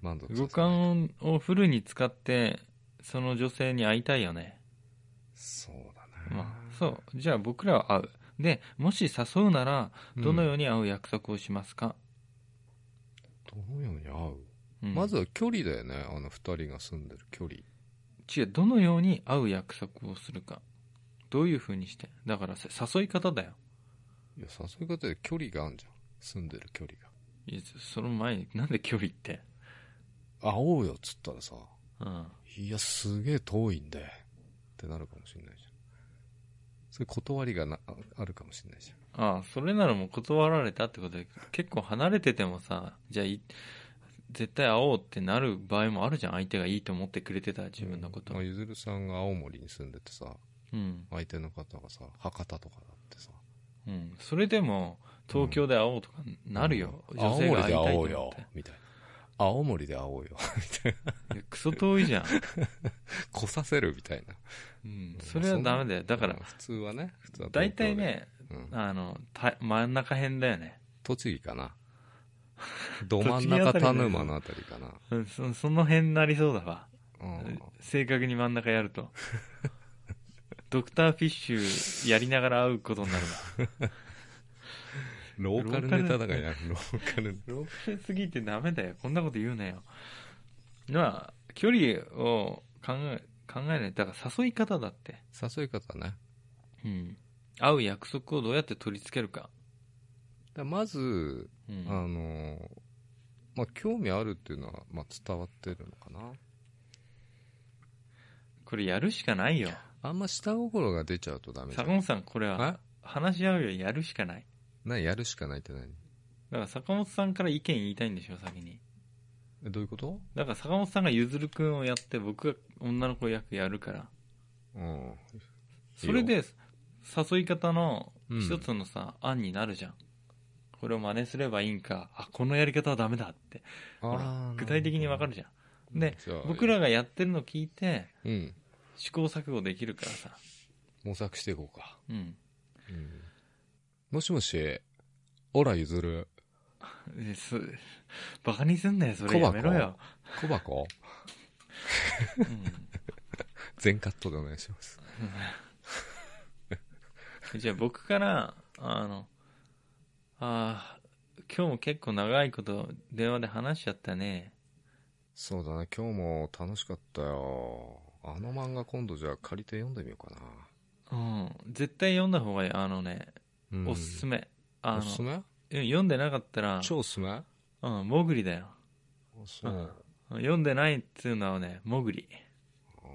[SPEAKER 2] 満足させない
[SPEAKER 1] 五感をフルに使って、その女性に会いたいよね。
[SPEAKER 2] そうだね。
[SPEAKER 1] まあ、そう。じゃあ僕らは会う。で、もし誘うなら、
[SPEAKER 2] うん
[SPEAKER 1] どのように会う約束をしますか、
[SPEAKER 2] どのように合う、
[SPEAKER 1] うん
[SPEAKER 2] まずは距離だよね、あの二人が住んでる距離。
[SPEAKER 1] 違う、どのように会う約束をするか。どういう風にして。だからさ誘い方だよ。
[SPEAKER 2] いや、さそういうことで距離があるじゃん。住んでる距離
[SPEAKER 1] いやその前に、なんで距離って。
[SPEAKER 2] が。会おうよっつったらさ、
[SPEAKER 1] うん。
[SPEAKER 2] いや、すげえ遠いんで、ってなるかもしんないじゃん。それ断りがなああるかもしんないじゃん。
[SPEAKER 1] ああ、それならもう断られたってことで、結構離れててもさ、じゃあい、絶対会おうってなる場合もあるじゃん。相手がいいと思ってくれてたら自分のこと。
[SPEAKER 2] まあゆずるさんが青森に住んでてさ、
[SPEAKER 1] うん。
[SPEAKER 2] 相手の方がさ、博多とかだってさ。
[SPEAKER 1] うん。それでも、東京で会おうとかなるよ。
[SPEAKER 2] うん
[SPEAKER 1] 女性が会い
[SPEAKER 2] 青
[SPEAKER 1] たいと
[SPEAKER 2] 森で会お
[SPEAKER 1] 思
[SPEAKER 2] うよ
[SPEAKER 1] って。。
[SPEAKER 2] みたいな。青森で会おうよ。 [laughs]
[SPEAKER 1] いやクソ遠いじゃん。
[SPEAKER 2] 来させるみたいな。
[SPEAKER 1] うん。それはダメだよ。だから
[SPEAKER 2] うん、普通はね、普通は東京で
[SPEAKER 1] 大体、ね、
[SPEAKER 2] うん
[SPEAKER 1] あの、た真ん中辺だよね。
[SPEAKER 2] 栃木かな。ど真ん中田沼のあたりかな。
[SPEAKER 1] うんそその辺になりそうだわ。
[SPEAKER 2] うん
[SPEAKER 1] 正確に真ん中やる [laughs] と。ドクターフィッシュやりながら会うことになるわ。
[SPEAKER 2] ローカルネタだからやる。ローカル。
[SPEAKER 1] 6歳過ぎてダメだよ。こんなこと言うなよ。まあ、距離を考え、考えない。だから誘い方だって。
[SPEAKER 2] 誘い方ね。
[SPEAKER 1] うん。会う約束をどうやって取り付けるか。
[SPEAKER 2] だまず、
[SPEAKER 1] う
[SPEAKER 2] あ
[SPEAKER 1] ん。
[SPEAKER 2] のーまあ、興味あるっていうのは、まあ、伝わってるのかな。
[SPEAKER 1] これやるしかないよ。
[SPEAKER 2] あんま下心が出ちゃうとダメじゃ
[SPEAKER 1] 坂
[SPEAKER 2] ん。
[SPEAKER 1] 本さん、これは
[SPEAKER 2] あ
[SPEAKER 1] 話し合うよ。やるしかない。
[SPEAKER 2] なやるしかないって何
[SPEAKER 1] だから坂本さんから意見言いたいんでしょ、先に。
[SPEAKER 2] えどういうこと
[SPEAKER 1] だから坂本さんがゆずるくんをやって、僕が女の子役やるから。
[SPEAKER 2] うん。いい
[SPEAKER 1] そ
[SPEAKER 2] よ
[SPEAKER 1] れで、誘い方の
[SPEAKER 2] うん
[SPEAKER 1] 一つのさ、案になるじゃん。これを真似すればいいんか、あ、このやり方はダメだって。ほら、具体的にわかる
[SPEAKER 2] じ
[SPEAKER 1] じゃん。で、
[SPEAKER 2] じゃあ
[SPEAKER 1] 僕らがやってるの聞いて、
[SPEAKER 2] うん。
[SPEAKER 1] 試行錯誤できるからさ。
[SPEAKER 2] 模索していこうか。
[SPEAKER 1] うん。
[SPEAKER 2] うん。もしもし、オラゆずる、
[SPEAKER 1] えす、 [laughs] バカにすんなよ、それやめろよ。
[SPEAKER 2] 小箱 [laughs]
[SPEAKER 1] う
[SPEAKER 2] 全カットでお願いします。
[SPEAKER 1] ん。 [laughs] じゃあ僕から、あの、あー今日も結構長いこと電話で話しちゃったね。
[SPEAKER 2] そうだね、今日も楽しかったよ。あの漫画今度じゃあ借りて読んでみようか
[SPEAKER 1] うん。絶対読んだ方がいい。あのね、
[SPEAKER 2] な。うん
[SPEAKER 1] おすすめ。あの、
[SPEAKER 2] おすすめ
[SPEAKER 1] うん読んでなかったら、
[SPEAKER 2] 超おすすめあ
[SPEAKER 1] うん、モグリだよ。
[SPEAKER 2] そう
[SPEAKER 1] あ読んでないっていうのはね、モグリ。
[SPEAKER 2] あー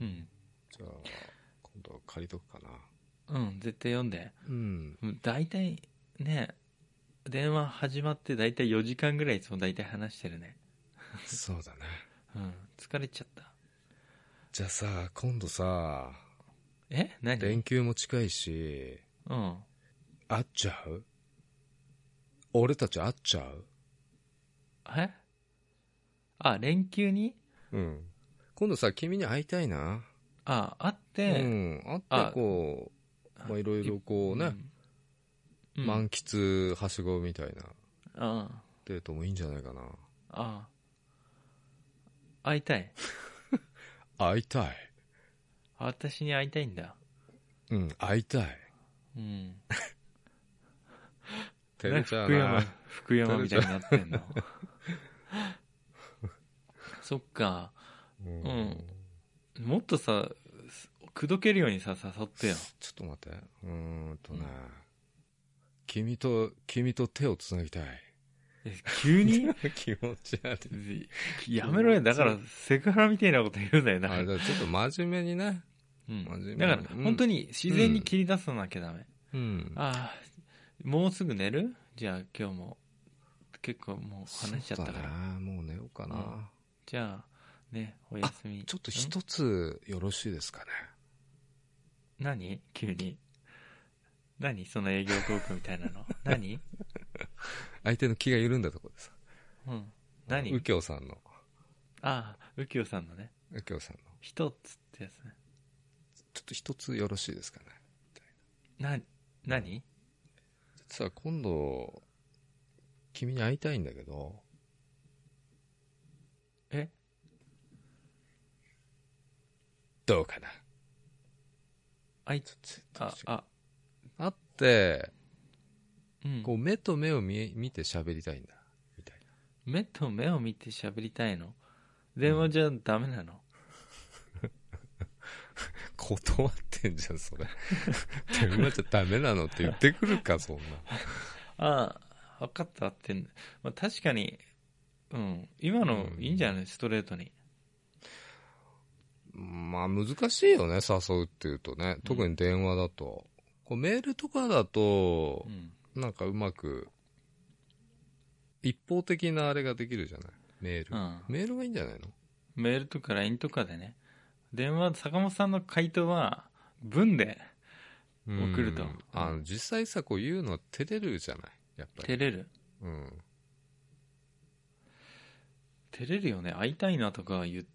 [SPEAKER 1] うん。
[SPEAKER 2] じゃあ、今度借りとくかな。
[SPEAKER 1] うん、絶対読んで。
[SPEAKER 2] うん。
[SPEAKER 1] うん大体、ね、電話始まって大体4時間ぐらいいつも大体話してるね。
[SPEAKER 2] そうだね。
[SPEAKER 1] うん、疲れちゃった。
[SPEAKER 2] じゃあさ、今度さ、
[SPEAKER 1] え何
[SPEAKER 2] 連休も近いし、
[SPEAKER 1] うん。
[SPEAKER 2] 会っちゃう俺たち会っちゃう
[SPEAKER 1] えあ、連休に
[SPEAKER 2] うん。今度さ、君に会いたいな。
[SPEAKER 1] あ、会っ
[SPEAKER 2] う
[SPEAKER 1] て、
[SPEAKER 2] ん。会っ
[SPEAKER 1] あ
[SPEAKER 2] てこう、まあいろいろこうね、
[SPEAKER 1] うん。うん、
[SPEAKER 2] 満喫はしごみたいな
[SPEAKER 1] あ
[SPEAKER 2] デートもいいんじゃないかな。
[SPEAKER 1] あ。会いたい。
[SPEAKER 2] 会いたい。
[SPEAKER 1] 私に会いたいんだ。
[SPEAKER 2] うん、会いたい。
[SPEAKER 1] うん。
[SPEAKER 2] 照れちゃう
[SPEAKER 1] 福山
[SPEAKER 2] な。、
[SPEAKER 1] 福山みたいになって
[SPEAKER 2] [laughs]
[SPEAKER 1] んの。そっか。
[SPEAKER 2] う
[SPEAKER 1] う。もっとさ、す口説けるようにさ、誘ってよ。
[SPEAKER 2] ちょっと待って。うーんとね、君と、君と手をつな
[SPEAKER 1] [laughs]
[SPEAKER 2] ぎたい。
[SPEAKER 1] え急
[SPEAKER 2] [laughs]
[SPEAKER 1] に
[SPEAKER 2] 気持ち悪い。
[SPEAKER 1] やめろよ。だから、セクハラみたいなこと言うなよ。だか
[SPEAKER 2] あ
[SPEAKER 1] ら
[SPEAKER 2] れ、だ、ちょっと真面目にね。真面
[SPEAKER 1] うん、
[SPEAKER 2] 目
[SPEAKER 1] だ
[SPEAKER 2] に
[SPEAKER 1] から、本当に自然に切り出さなきゃダメ。
[SPEAKER 2] うん。
[SPEAKER 1] ああ、もうすぐ寝るじゃあ今日も、結構もう話しちゃったか
[SPEAKER 2] そう
[SPEAKER 1] ら。
[SPEAKER 2] だねもう寝ようかな。
[SPEAKER 1] うんじゃあ、ね、おやすみ。
[SPEAKER 2] ちょっと
[SPEAKER 1] 人
[SPEAKER 2] 一つよろしいですかね。
[SPEAKER 1] 何急に。何その営業トークみたいなの。何
[SPEAKER 2] 相手の気が緩んだところでさ。
[SPEAKER 1] うん。何
[SPEAKER 2] 右京さんの。
[SPEAKER 1] ああ、右京さんのね。
[SPEAKER 2] 右京さんの。
[SPEAKER 1] 一つってやつね。
[SPEAKER 2] ちょっと一つよろしいですかね。
[SPEAKER 1] な、何
[SPEAKER 2] さあ、今度、君に会いたいんだけど、
[SPEAKER 1] え
[SPEAKER 2] どうかな。
[SPEAKER 1] あい
[SPEAKER 2] ちょちょ
[SPEAKER 1] あ
[SPEAKER 2] ち、ょ
[SPEAKER 1] あ、
[SPEAKER 2] 会って、
[SPEAKER 1] うん。
[SPEAKER 2] こう、目と目を見見て喋りたいんだ。みたい
[SPEAKER 1] 目と目を見て喋りたいの電話じゃダメなの、
[SPEAKER 2] な。断ってんじゃん、 [laughs] それ。手間じゃダメなのって言ってくるか、そんな。
[SPEAKER 1] ああ、分かったってん、まあ、確かに、うん。今の
[SPEAKER 2] うん
[SPEAKER 1] いいんじゃないストレートに。
[SPEAKER 2] まあ難しいよね、誘うっていうとね。特に電話だと。こうメールとかだと
[SPEAKER 1] う、ん。
[SPEAKER 2] なんかうまく、一方的なあれができるじゃないメール。
[SPEAKER 1] うん
[SPEAKER 2] メールがいいんじゃないの
[SPEAKER 1] メールとか LINE とかでね。電話、坂本さんの回答は、文で
[SPEAKER 2] うん
[SPEAKER 1] 送ると
[SPEAKER 2] あの実際さ、こう言うのは照れるじゃないやっぱり。
[SPEAKER 1] 照れる
[SPEAKER 2] うん。
[SPEAKER 1] 照れるよね会いたいなとか言う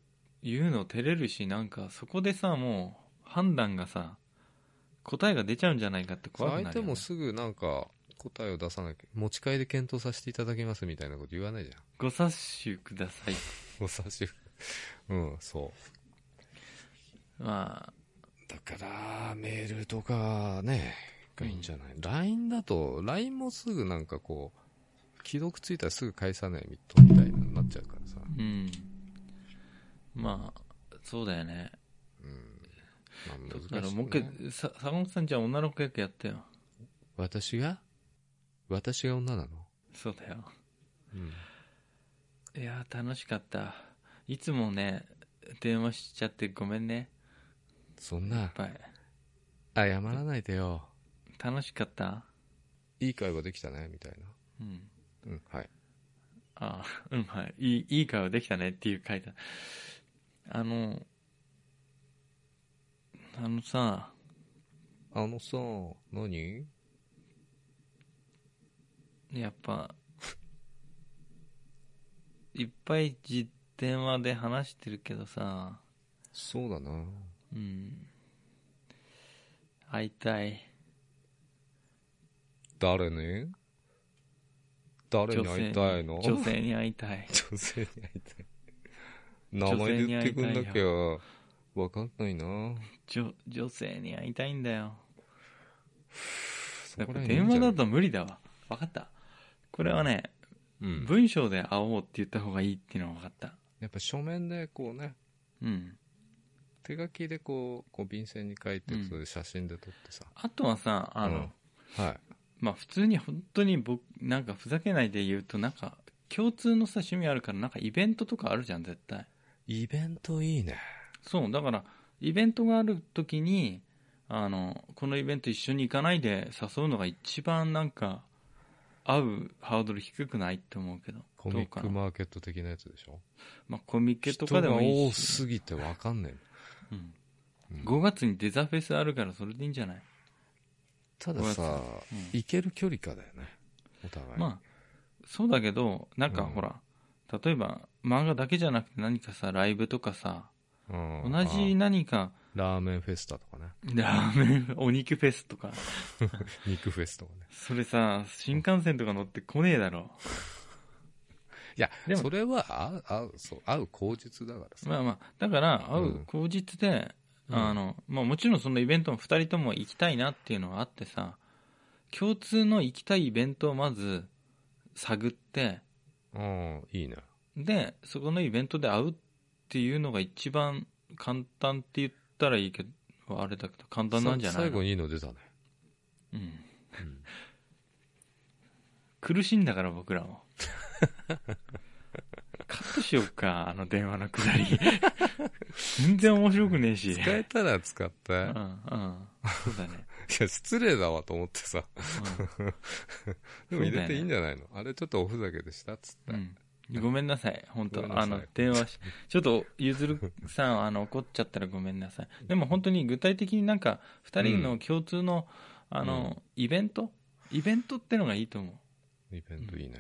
[SPEAKER 1] 言うの照れるしなんかそこでさもう判断がさ答えが出ちゃうんじゃないかって怖くなるよ
[SPEAKER 2] 相
[SPEAKER 1] ね
[SPEAKER 2] 手もすぐなんか答えを出さなきゃ、持ち帰りで検討させていただきますみたいなこと言わないじゃん。
[SPEAKER 1] ご察しください [laughs]
[SPEAKER 2] お察し。うん、そう。
[SPEAKER 1] まあ
[SPEAKER 2] だから、メールとかね、がいいんじゃない、?LINE だと、LINE もすぐなんかこう、既読ついたらすぐ返さないみたいになっちゃうからさ。
[SPEAKER 1] うんまあそうだよね
[SPEAKER 2] うん。まあ
[SPEAKER 1] だ
[SPEAKER 2] 難しい、
[SPEAKER 1] か
[SPEAKER 2] ね。
[SPEAKER 1] らもう一回さ坂本さんじゃあ女の子役やってよ
[SPEAKER 2] 私が私が女なの
[SPEAKER 1] そうだよ
[SPEAKER 2] うん。
[SPEAKER 1] いやー楽しかったいつもね電話しちゃってごめんね
[SPEAKER 2] そんな、
[SPEAKER 1] やっぱり
[SPEAKER 2] 謝らないでよ。
[SPEAKER 1] 楽しかった
[SPEAKER 2] いい会話できたね、みたい
[SPEAKER 1] うん
[SPEAKER 2] な。うん、はい。
[SPEAKER 1] あーうんはいいいいい会話できたねっていう書いたあのあのさ
[SPEAKER 2] あのさ、何
[SPEAKER 1] やっぱいっぱいじ電話で話してるけどさ
[SPEAKER 2] そうだな。
[SPEAKER 1] うん会いたい
[SPEAKER 2] 誰に誰に会いたいの
[SPEAKER 1] 女性に会いたい
[SPEAKER 2] [laughs] 女性に会いた
[SPEAKER 1] [laughs]
[SPEAKER 2] い。名前で言ってくんなきゃ、わかんないな。
[SPEAKER 1] 女女性に会いたいんだよ
[SPEAKER 2] そ
[SPEAKER 1] やっ
[SPEAKER 2] こ
[SPEAKER 1] ぱ
[SPEAKER 2] ら辺いい
[SPEAKER 1] 電
[SPEAKER 2] んじ
[SPEAKER 1] 話
[SPEAKER 2] ゃない
[SPEAKER 1] だ、と無理だわ分かったこれはね、
[SPEAKER 2] うん。
[SPEAKER 1] 文章で会おうって言った方がいいっていうのは分かった
[SPEAKER 2] やっぱ書面でこうね、
[SPEAKER 1] うん
[SPEAKER 2] 手書きでこう、こう便箋に書いて
[SPEAKER 1] うん、
[SPEAKER 2] それで写真で撮ってさ。
[SPEAKER 1] あとはさあの、
[SPEAKER 2] うん、はい。
[SPEAKER 1] まあ普通に本当に僕なんかふざけないで言うとなんか共通のさ趣味あるからなんかイベントとかあるじゃん絶対
[SPEAKER 2] イベントいいね。
[SPEAKER 1] そうだからイベントがある時にあのこのイベント一緒に行かないで誘うのが一番なんか合うハードル低くないって思うけど
[SPEAKER 2] コ
[SPEAKER 1] ど
[SPEAKER 2] ミ
[SPEAKER 1] う
[SPEAKER 2] ッ
[SPEAKER 1] か
[SPEAKER 2] ク
[SPEAKER 1] な
[SPEAKER 2] マーケット的なやつでしょ
[SPEAKER 1] まあ、コミケとかでもい
[SPEAKER 2] 人
[SPEAKER 1] い
[SPEAKER 2] が多
[SPEAKER 1] し、
[SPEAKER 2] すぎてわかんね
[SPEAKER 1] うん、
[SPEAKER 2] え、うん
[SPEAKER 1] 5月にデザフェスあるからそれでいいんじゃない、
[SPEAKER 2] ただ
[SPEAKER 1] 五
[SPEAKER 2] さ、
[SPEAKER 1] うん
[SPEAKER 2] 行ける距離かだよね。お互い。
[SPEAKER 1] まあそうだけどなんか
[SPEAKER 2] うん
[SPEAKER 1] ほら、例えば漫画だけじゃなくて何かさライブとかさ
[SPEAKER 2] うん
[SPEAKER 1] 同じ
[SPEAKER 2] あ
[SPEAKER 1] 何か
[SPEAKER 2] ラーメンフェスタとかね。 [laughs]
[SPEAKER 1] ラーメンお肉フェスとか
[SPEAKER 2] 肉フェスとかね。
[SPEAKER 1] それさ新幹線とか乗ってこねえだろ
[SPEAKER 2] いや、
[SPEAKER 1] でも
[SPEAKER 2] それは、あ合う、そう、合う口実だからさ。
[SPEAKER 1] まあまあだから会
[SPEAKER 2] う
[SPEAKER 1] うん口実で、
[SPEAKER 2] うん
[SPEAKER 1] あのまあ、もちろんそのイベントも2人とも行きたいなっていうのはあってさ共通の行きたいイベントをまず探って
[SPEAKER 2] うん、いいね。
[SPEAKER 1] でそこのイベントで会うっていうのが一番簡単って言ったらいいけどあれだけど簡単なんじゃな
[SPEAKER 2] さ
[SPEAKER 1] い
[SPEAKER 2] 最
[SPEAKER 1] の
[SPEAKER 2] 後にいいの出たね。
[SPEAKER 1] うん、苦しいんだから僕らもカットしようかあの電話のく
[SPEAKER 2] [laughs]
[SPEAKER 1] だり全然面白くねえし
[SPEAKER 2] 使えたら使って。
[SPEAKER 1] うんうんそうだね、
[SPEAKER 2] いや、失礼だわと思ってさ。でも入れていいんじゃないの、あれちょっとおふざけでしたっつって。
[SPEAKER 1] うんうん、ごめんなさい本当
[SPEAKER 2] ごめんな
[SPEAKER 1] あ
[SPEAKER 2] さい
[SPEAKER 1] の電話
[SPEAKER 2] [laughs]
[SPEAKER 1] しちょっとゆずるさんあの怒っちゃったらごめんなさいでも本当に具体的になんか2人の共通の,、あのイベントイベントってのがいいと思
[SPEAKER 2] イベントいいね。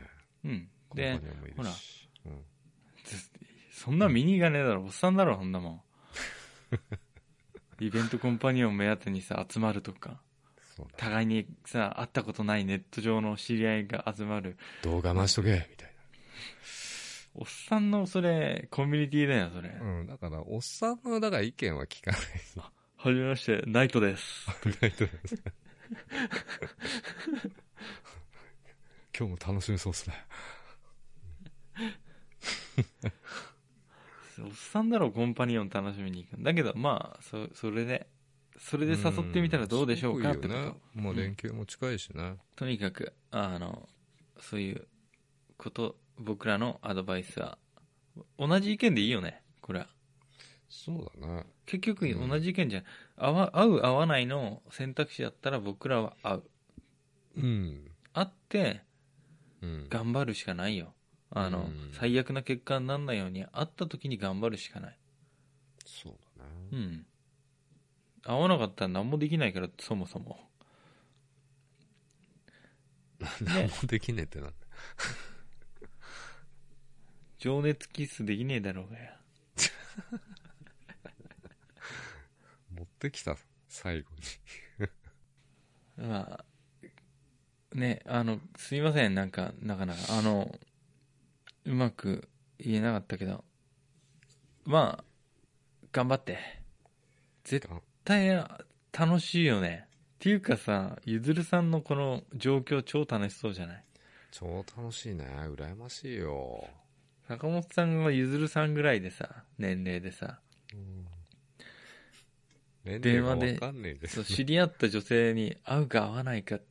[SPEAKER 1] ううん
[SPEAKER 2] コンパ
[SPEAKER 1] で
[SPEAKER 2] ニオンもいるし。うん。
[SPEAKER 1] そんなミニがねえだろおっさんだろそんなもん [laughs] イベントコンパニオン目当てにさ集まるとか
[SPEAKER 2] そうだ。
[SPEAKER 1] 互いにさ会ったことないネット上の知り合いが集まる
[SPEAKER 2] 動画回しとけ、みたい
[SPEAKER 1] おっさんのそれコミュニティだよそれ、
[SPEAKER 2] な。うん。だから、おっさんの、だから意見は聞かない。
[SPEAKER 1] はじめましてナイトです
[SPEAKER 2] 今日も楽しみそうっすね。
[SPEAKER 1] おっさんだろコンパニオン楽しみに行くだけどまあそそれでそれで誘ってみたらどうでしょうかってこと、
[SPEAKER 2] んすごいよね、もう連休も近いしね。
[SPEAKER 1] とにかくあのそういうこと僕らのアドバイスは同じ意見でいいよねこれは
[SPEAKER 2] そうだね。
[SPEAKER 1] 結局
[SPEAKER 2] うん
[SPEAKER 1] 同じ意見じゃん、合わ合う合わないの選択肢だったら僕らは合う
[SPEAKER 2] うん。
[SPEAKER 1] 会って
[SPEAKER 2] うん。
[SPEAKER 1] 頑張るしかないよあの、
[SPEAKER 2] うん
[SPEAKER 1] 最悪な結果にならないように会った時に頑張るしかない
[SPEAKER 2] そうだ
[SPEAKER 1] う
[SPEAKER 2] ね。
[SPEAKER 1] ん会わなかったら何もできないから、そもそも。
[SPEAKER 2] 何もできねえってなって。
[SPEAKER 1] 情熱キスできねえだろうがや。
[SPEAKER 2] 持ってきた、最後に。
[SPEAKER 1] まあ、ね、あの、すいません、なんか、なかなか、あの、うまく言えなかったけど、まあ、頑張って。絶
[SPEAKER 2] が
[SPEAKER 1] 対楽しいよね。っていうかさ、ゆずるさんのこの状況超楽しそうじゃない
[SPEAKER 2] 超楽しいね。羨ましいよ。
[SPEAKER 1] 坂本さんがゆずるさんぐらいでさ、年齢でさ、
[SPEAKER 2] 年
[SPEAKER 1] 電
[SPEAKER 2] 齢
[SPEAKER 1] 話
[SPEAKER 2] が
[SPEAKER 1] で
[SPEAKER 2] わかんねえです。
[SPEAKER 1] そう知り合った女性に会うか会わないかっ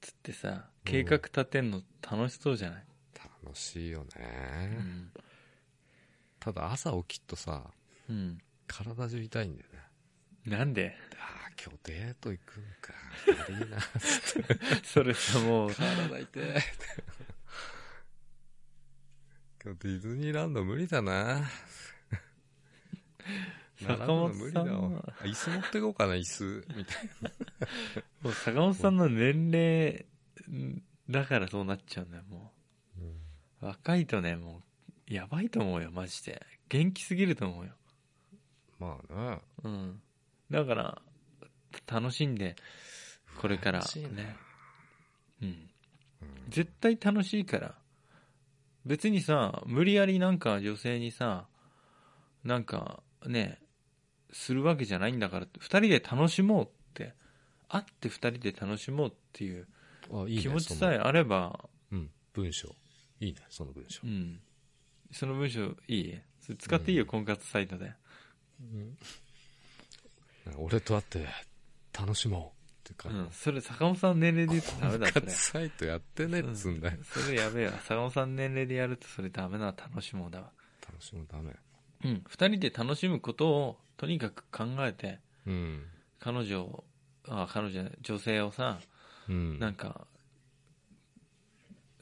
[SPEAKER 1] つってさ、計画立てんの楽しそうじゃない、
[SPEAKER 2] 楽しいよ
[SPEAKER 1] う
[SPEAKER 2] ね。
[SPEAKER 1] ん
[SPEAKER 2] ただ朝起きっとさ、
[SPEAKER 1] うん。
[SPEAKER 2] 体中痛いんだよね。
[SPEAKER 1] なんで [laughs]
[SPEAKER 2] ああ、今日デート行くんか。悪いな。
[SPEAKER 1] それさ、もう、
[SPEAKER 2] 体痛い。今日ディズニーランド無理だな。
[SPEAKER 1] 坂本
[SPEAKER 2] [laughs] 並ぶの無理
[SPEAKER 1] さ
[SPEAKER 2] だ
[SPEAKER 1] ん
[SPEAKER 2] わ
[SPEAKER 1] は、
[SPEAKER 2] あ椅子持ってこうかな、椅子。みたい
[SPEAKER 1] もう坂本さんの年齢だからそうなっちゃうんだよ、もう。
[SPEAKER 2] な。
[SPEAKER 1] 若いとね、もう、やばいと思うよ、マジで。元気すぎると思うよ。
[SPEAKER 2] まあね。
[SPEAKER 1] うん。だから、楽しんで、これから
[SPEAKER 2] 楽しいな
[SPEAKER 1] ね。うん。
[SPEAKER 2] うん
[SPEAKER 1] 絶対楽しいから。別にさ、無理やりなんか女性にさ、なんかね、するわけじゃないんだから、二人で楽しもうって、会って二人で楽しもうっていう
[SPEAKER 2] あ、いいね。
[SPEAKER 1] 気持ちさえあれば、
[SPEAKER 2] そのうん、文章。いいね、その文章
[SPEAKER 1] う。ん。その文章いいそれ使っていいよ、
[SPEAKER 2] うん
[SPEAKER 1] 婚活サイトで。
[SPEAKER 2] なんか俺と会って、楽しもうって
[SPEAKER 1] う
[SPEAKER 2] 感じ。
[SPEAKER 1] ん。それ坂本さんの年齢で言うとダメだ、そ
[SPEAKER 2] 婚
[SPEAKER 1] れ
[SPEAKER 2] 活。サイトやってねえっつうんだよ。
[SPEAKER 1] それやべえわ。坂本さん年齢でやるとそれダメな楽しもうだわ。
[SPEAKER 2] 楽しもうダメ。
[SPEAKER 1] うん。二人で楽しむことをとにかく考えて、
[SPEAKER 2] うん。
[SPEAKER 1] 彼女を、あ、彼女じゃない、女性をさ、
[SPEAKER 2] うん。
[SPEAKER 1] なんか、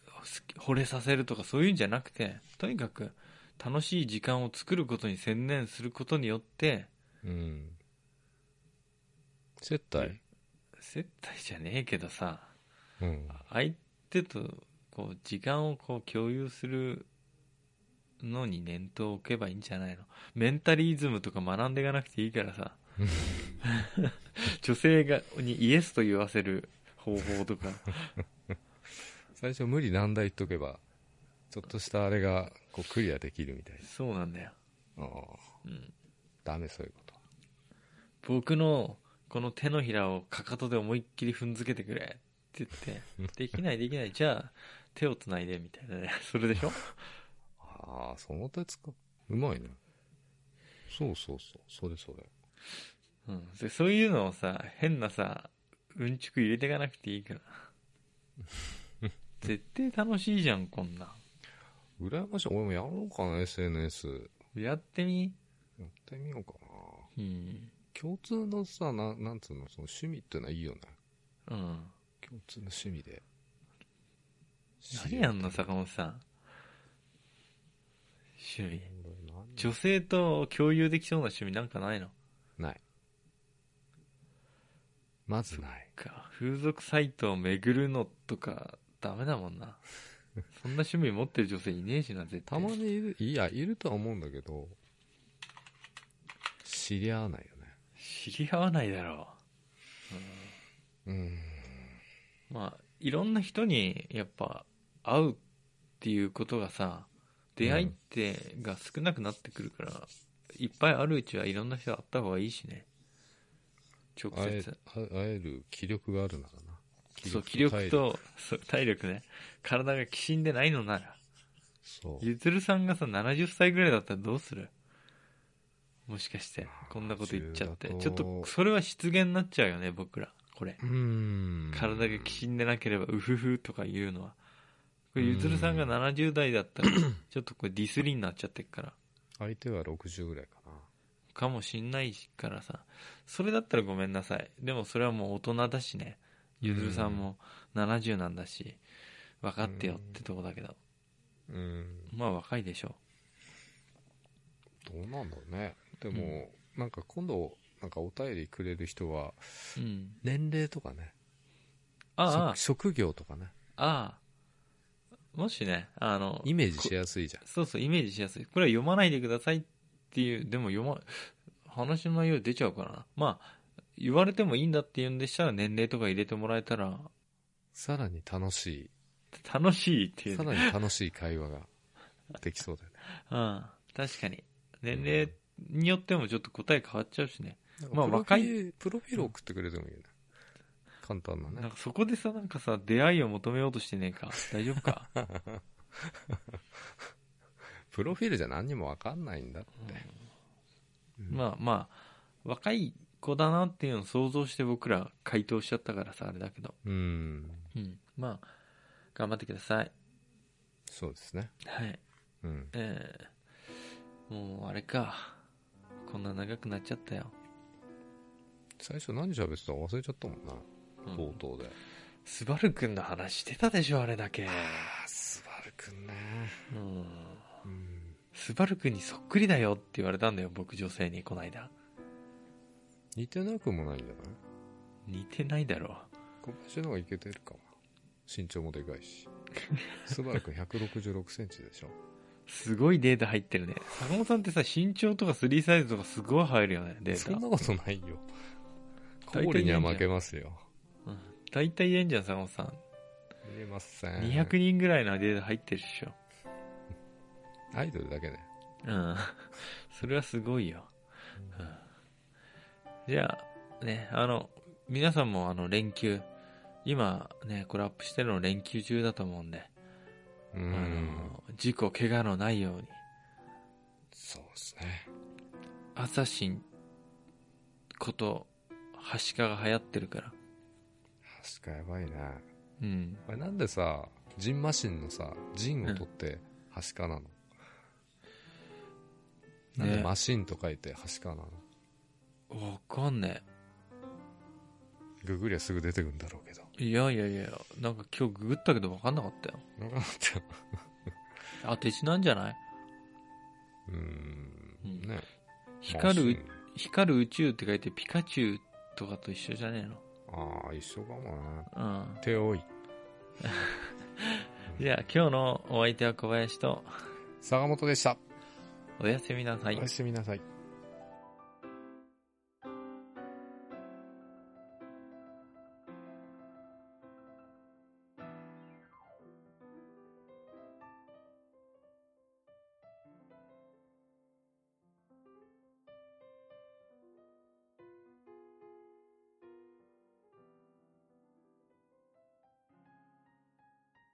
[SPEAKER 1] 好き惚れさせるとかそういうんじゃなくて、とにかく楽しい時間を作ることに専念することによって、
[SPEAKER 2] うん。接待
[SPEAKER 1] 接待じゃねえけどさ、
[SPEAKER 2] うん。
[SPEAKER 1] 相手とこう時間をこう共有するのに念頭を置けばいいんじゃないのメンタリズムとか学んでいかなくていいからさ女性がにイエスと言わせる方法とか
[SPEAKER 2] 最初無理難題言っとけば、ちょっとしたあれが、こう、クリアできるみたい
[SPEAKER 1] そうなんだよ、
[SPEAKER 2] な。ああ、
[SPEAKER 1] うん、
[SPEAKER 2] ダメ、そういうこと。
[SPEAKER 1] 僕のこの手のひらをかかとで思いっきり踏んづけてくれって言ってできないできないじゃあ手をつないでみたいなねそれでしょ
[SPEAKER 2] ああ、その手使う。うまいね。そうそうそう。それそれ。
[SPEAKER 1] うん、でそういうのをさ変なさうんちく入れていかなくてい
[SPEAKER 2] [laughs]
[SPEAKER 1] いから絶対楽しいじゃんこんなん
[SPEAKER 2] 羨ましい。俺もやろうかな、SNS。
[SPEAKER 1] やってみ
[SPEAKER 2] やってみようかな。
[SPEAKER 1] うん、
[SPEAKER 2] 共通のさ、ななんつうの、その趣味ってのはいいよね。
[SPEAKER 1] うん、
[SPEAKER 2] 共通の趣味で。
[SPEAKER 1] 何やんの坂本さん趣味
[SPEAKER 2] 俺何
[SPEAKER 1] 女性と共有できそうな趣味なんかないの
[SPEAKER 2] ない。まずない。
[SPEAKER 1] か風俗サイトを巡るのとかダメだもんなそんな趣味持ってる女性いねえしな絶
[SPEAKER 2] た
[SPEAKER 1] 対
[SPEAKER 2] まにいる、いや、いるとは思うんだけど、知り合わないよね。
[SPEAKER 1] 知り合わないだろう、うん
[SPEAKER 2] うん。
[SPEAKER 1] まあ、いろんな人にやっぱ会うっていうことがさ、出会いってが少なくなってくるから、いっぱいあるうちはいろんな人会った方がいいしね。直
[SPEAKER 2] 会え
[SPEAKER 1] 接。
[SPEAKER 2] 会える気力があるならな。
[SPEAKER 1] そう、気力
[SPEAKER 2] 体
[SPEAKER 1] とそう体力ね。体がきしんでないのなら。
[SPEAKER 2] そう。
[SPEAKER 1] ゆずるさんがさ、70歳ぐらいだったらどうするもしかして、こんなこと言っちゃって。
[SPEAKER 2] 70
[SPEAKER 1] ちょ
[SPEAKER 2] だ
[SPEAKER 1] っ
[SPEAKER 2] と
[SPEAKER 1] と、それは失言になっちゃうよね、僕ら。これ。
[SPEAKER 2] うん。
[SPEAKER 1] 体がきしんでなければうふふとか言うのはこれゆずるさんが
[SPEAKER 2] うん
[SPEAKER 1] 70代だったら [coughs] ちょっとこれディスりになっちゃってっから
[SPEAKER 2] 相手は60ぐらいかな。
[SPEAKER 1] かもしんないからさそれだったらごめんなさいでもそれはもう大人だしねゆずるさんも70なんだし分かってよってとこだけど
[SPEAKER 2] うん。
[SPEAKER 1] まあ若いでしょ
[SPEAKER 2] どうなんだろうね。でも、なんか今度、なんかお便りくれる人は、
[SPEAKER 1] うん。
[SPEAKER 2] 年齢とかね、
[SPEAKER 1] あ
[SPEAKER 2] 職職業とかね、
[SPEAKER 1] あ、ああ。もしね、あの、
[SPEAKER 2] イメージしやすいじゃん。
[SPEAKER 1] そうそう、イメージしやすい。これは読まないでくださいっていう、でも読ま、話の内容出ちゃうからな。まあ、言われてもいいんだって言うんでしたら年齢とか入れてもらえたら、
[SPEAKER 2] さらに楽し
[SPEAKER 1] 楽しいってい
[SPEAKER 2] い、
[SPEAKER 1] う、
[SPEAKER 2] さ
[SPEAKER 1] ね。
[SPEAKER 2] らに楽しい会話が [laughs] できそうだよね。
[SPEAKER 1] うん。確かに。年齢によってもちょっと答え変わっちゃうしね。
[SPEAKER 2] ま
[SPEAKER 1] ま
[SPEAKER 2] あ
[SPEAKER 1] あ
[SPEAKER 2] 若
[SPEAKER 1] 若
[SPEAKER 2] い。プロフィール送ってくれてもいいよね。簡単な
[SPEAKER 1] なん
[SPEAKER 2] ね。
[SPEAKER 1] かそこでさ、なんかさ、出会いを求めようとしてねえか。大丈夫 [laughs] か
[SPEAKER 2] プロフィールじゃ何にもわかんないんだって。うん
[SPEAKER 1] まあまあ、若い子だなっていうのを想像して僕ら回答しちゃったからさ、あれだけど。
[SPEAKER 2] うん。
[SPEAKER 1] うん。まあ、頑張ってください。
[SPEAKER 2] そうですね。
[SPEAKER 1] はい。
[SPEAKER 2] うん。
[SPEAKER 1] ええもうあれか。こんな長くなっちゃったよ。
[SPEAKER 2] 最初何喋ってたか忘れちゃったもんな。
[SPEAKER 1] うん
[SPEAKER 2] 冒頭で。
[SPEAKER 1] スバルくんの話してたでしょ、あれだけ。
[SPEAKER 2] あ、スバルくんね。
[SPEAKER 1] うん。
[SPEAKER 2] うん。
[SPEAKER 1] スバルくんにそっくりだよって言われたんだよ、僕女性にこないだ。
[SPEAKER 2] 似てなくもないんじゃない
[SPEAKER 1] 似てないだろ
[SPEAKER 2] 小林の方がいけてるかも。身長もでか
[SPEAKER 1] [laughs]
[SPEAKER 2] いし。スバルくん166センチでしょ。
[SPEAKER 1] すごいデータ入ってるね。坂本さんってさ、身長とかスリーサイズとかすごい入るよね、デ
[SPEAKER 2] そ
[SPEAKER 1] ー
[SPEAKER 2] ん
[SPEAKER 1] タ
[SPEAKER 2] な。ことないよ。
[SPEAKER 1] 大体
[SPEAKER 2] 氷には負けますよ。
[SPEAKER 1] うん。大体言えんじゃん、坂本さん。
[SPEAKER 2] 見えません。
[SPEAKER 1] 200人ぐらいのデータ入ってるでしょ。
[SPEAKER 2] アイドルだけね。
[SPEAKER 1] うん。 [laughs] それはすごいよ。うん。じゃあ、ね、あの、皆さんもあの、連休、今ね、これアップしてるの連休中だと思うんで、あ
[SPEAKER 2] うん。
[SPEAKER 1] の、事故、怪我のないように、
[SPEAKER 2] そうですね。
[SPEAKER 1] アサシンこと、はしかが流行ってるから。
[SPEAKER 2] 確かやばいね。
[SPEAKER 1] うん。
[SPEAKER 2] あれなんでさ、ジンマシンのさ、ジンを取って、はしかなの、
[SPEAKER 1] ね
[SPEAKER 2] なんでマシンと書いて、はしかなの
[SPEAKER 1] わかんね
[SPEAKER 2] ググりゃすぐ出てくるんだろう
[SPEAKER 1] [laughs]
[SPEAKER 2] けど。
[SPEAKER 1] え。いやいやいや、なんか今日ググったけどわかんなかったよ。
[SPEAKER 2] なんかちょっと
[SPEAKER 1] 当て字なんじゃない
[SPEAKER 2] うん。
[SPEAKER 1] うん
[SPEAKER 2] ね。
[SPEAKER 1] 光
[SPEAKER 2] マシ
[SPEAKER 1] る
[SPEAKER 2] ン、
[SPEAKER 1] 光る宇宙って書いてピカチュウとかと一緒じゃね
[SPEAKER 2] ああ、一緒かもね。
[SPEAKER 1] えのうん。
[SPEAKER 2] 手多い。
[SPEAKER 1] じゃあ今日のお相手は小林と
[SPEAKER 2] 坂本でした。
[SPEAKER 1] おやすみなさい
[SPEAKER 2] おや。すみなさい。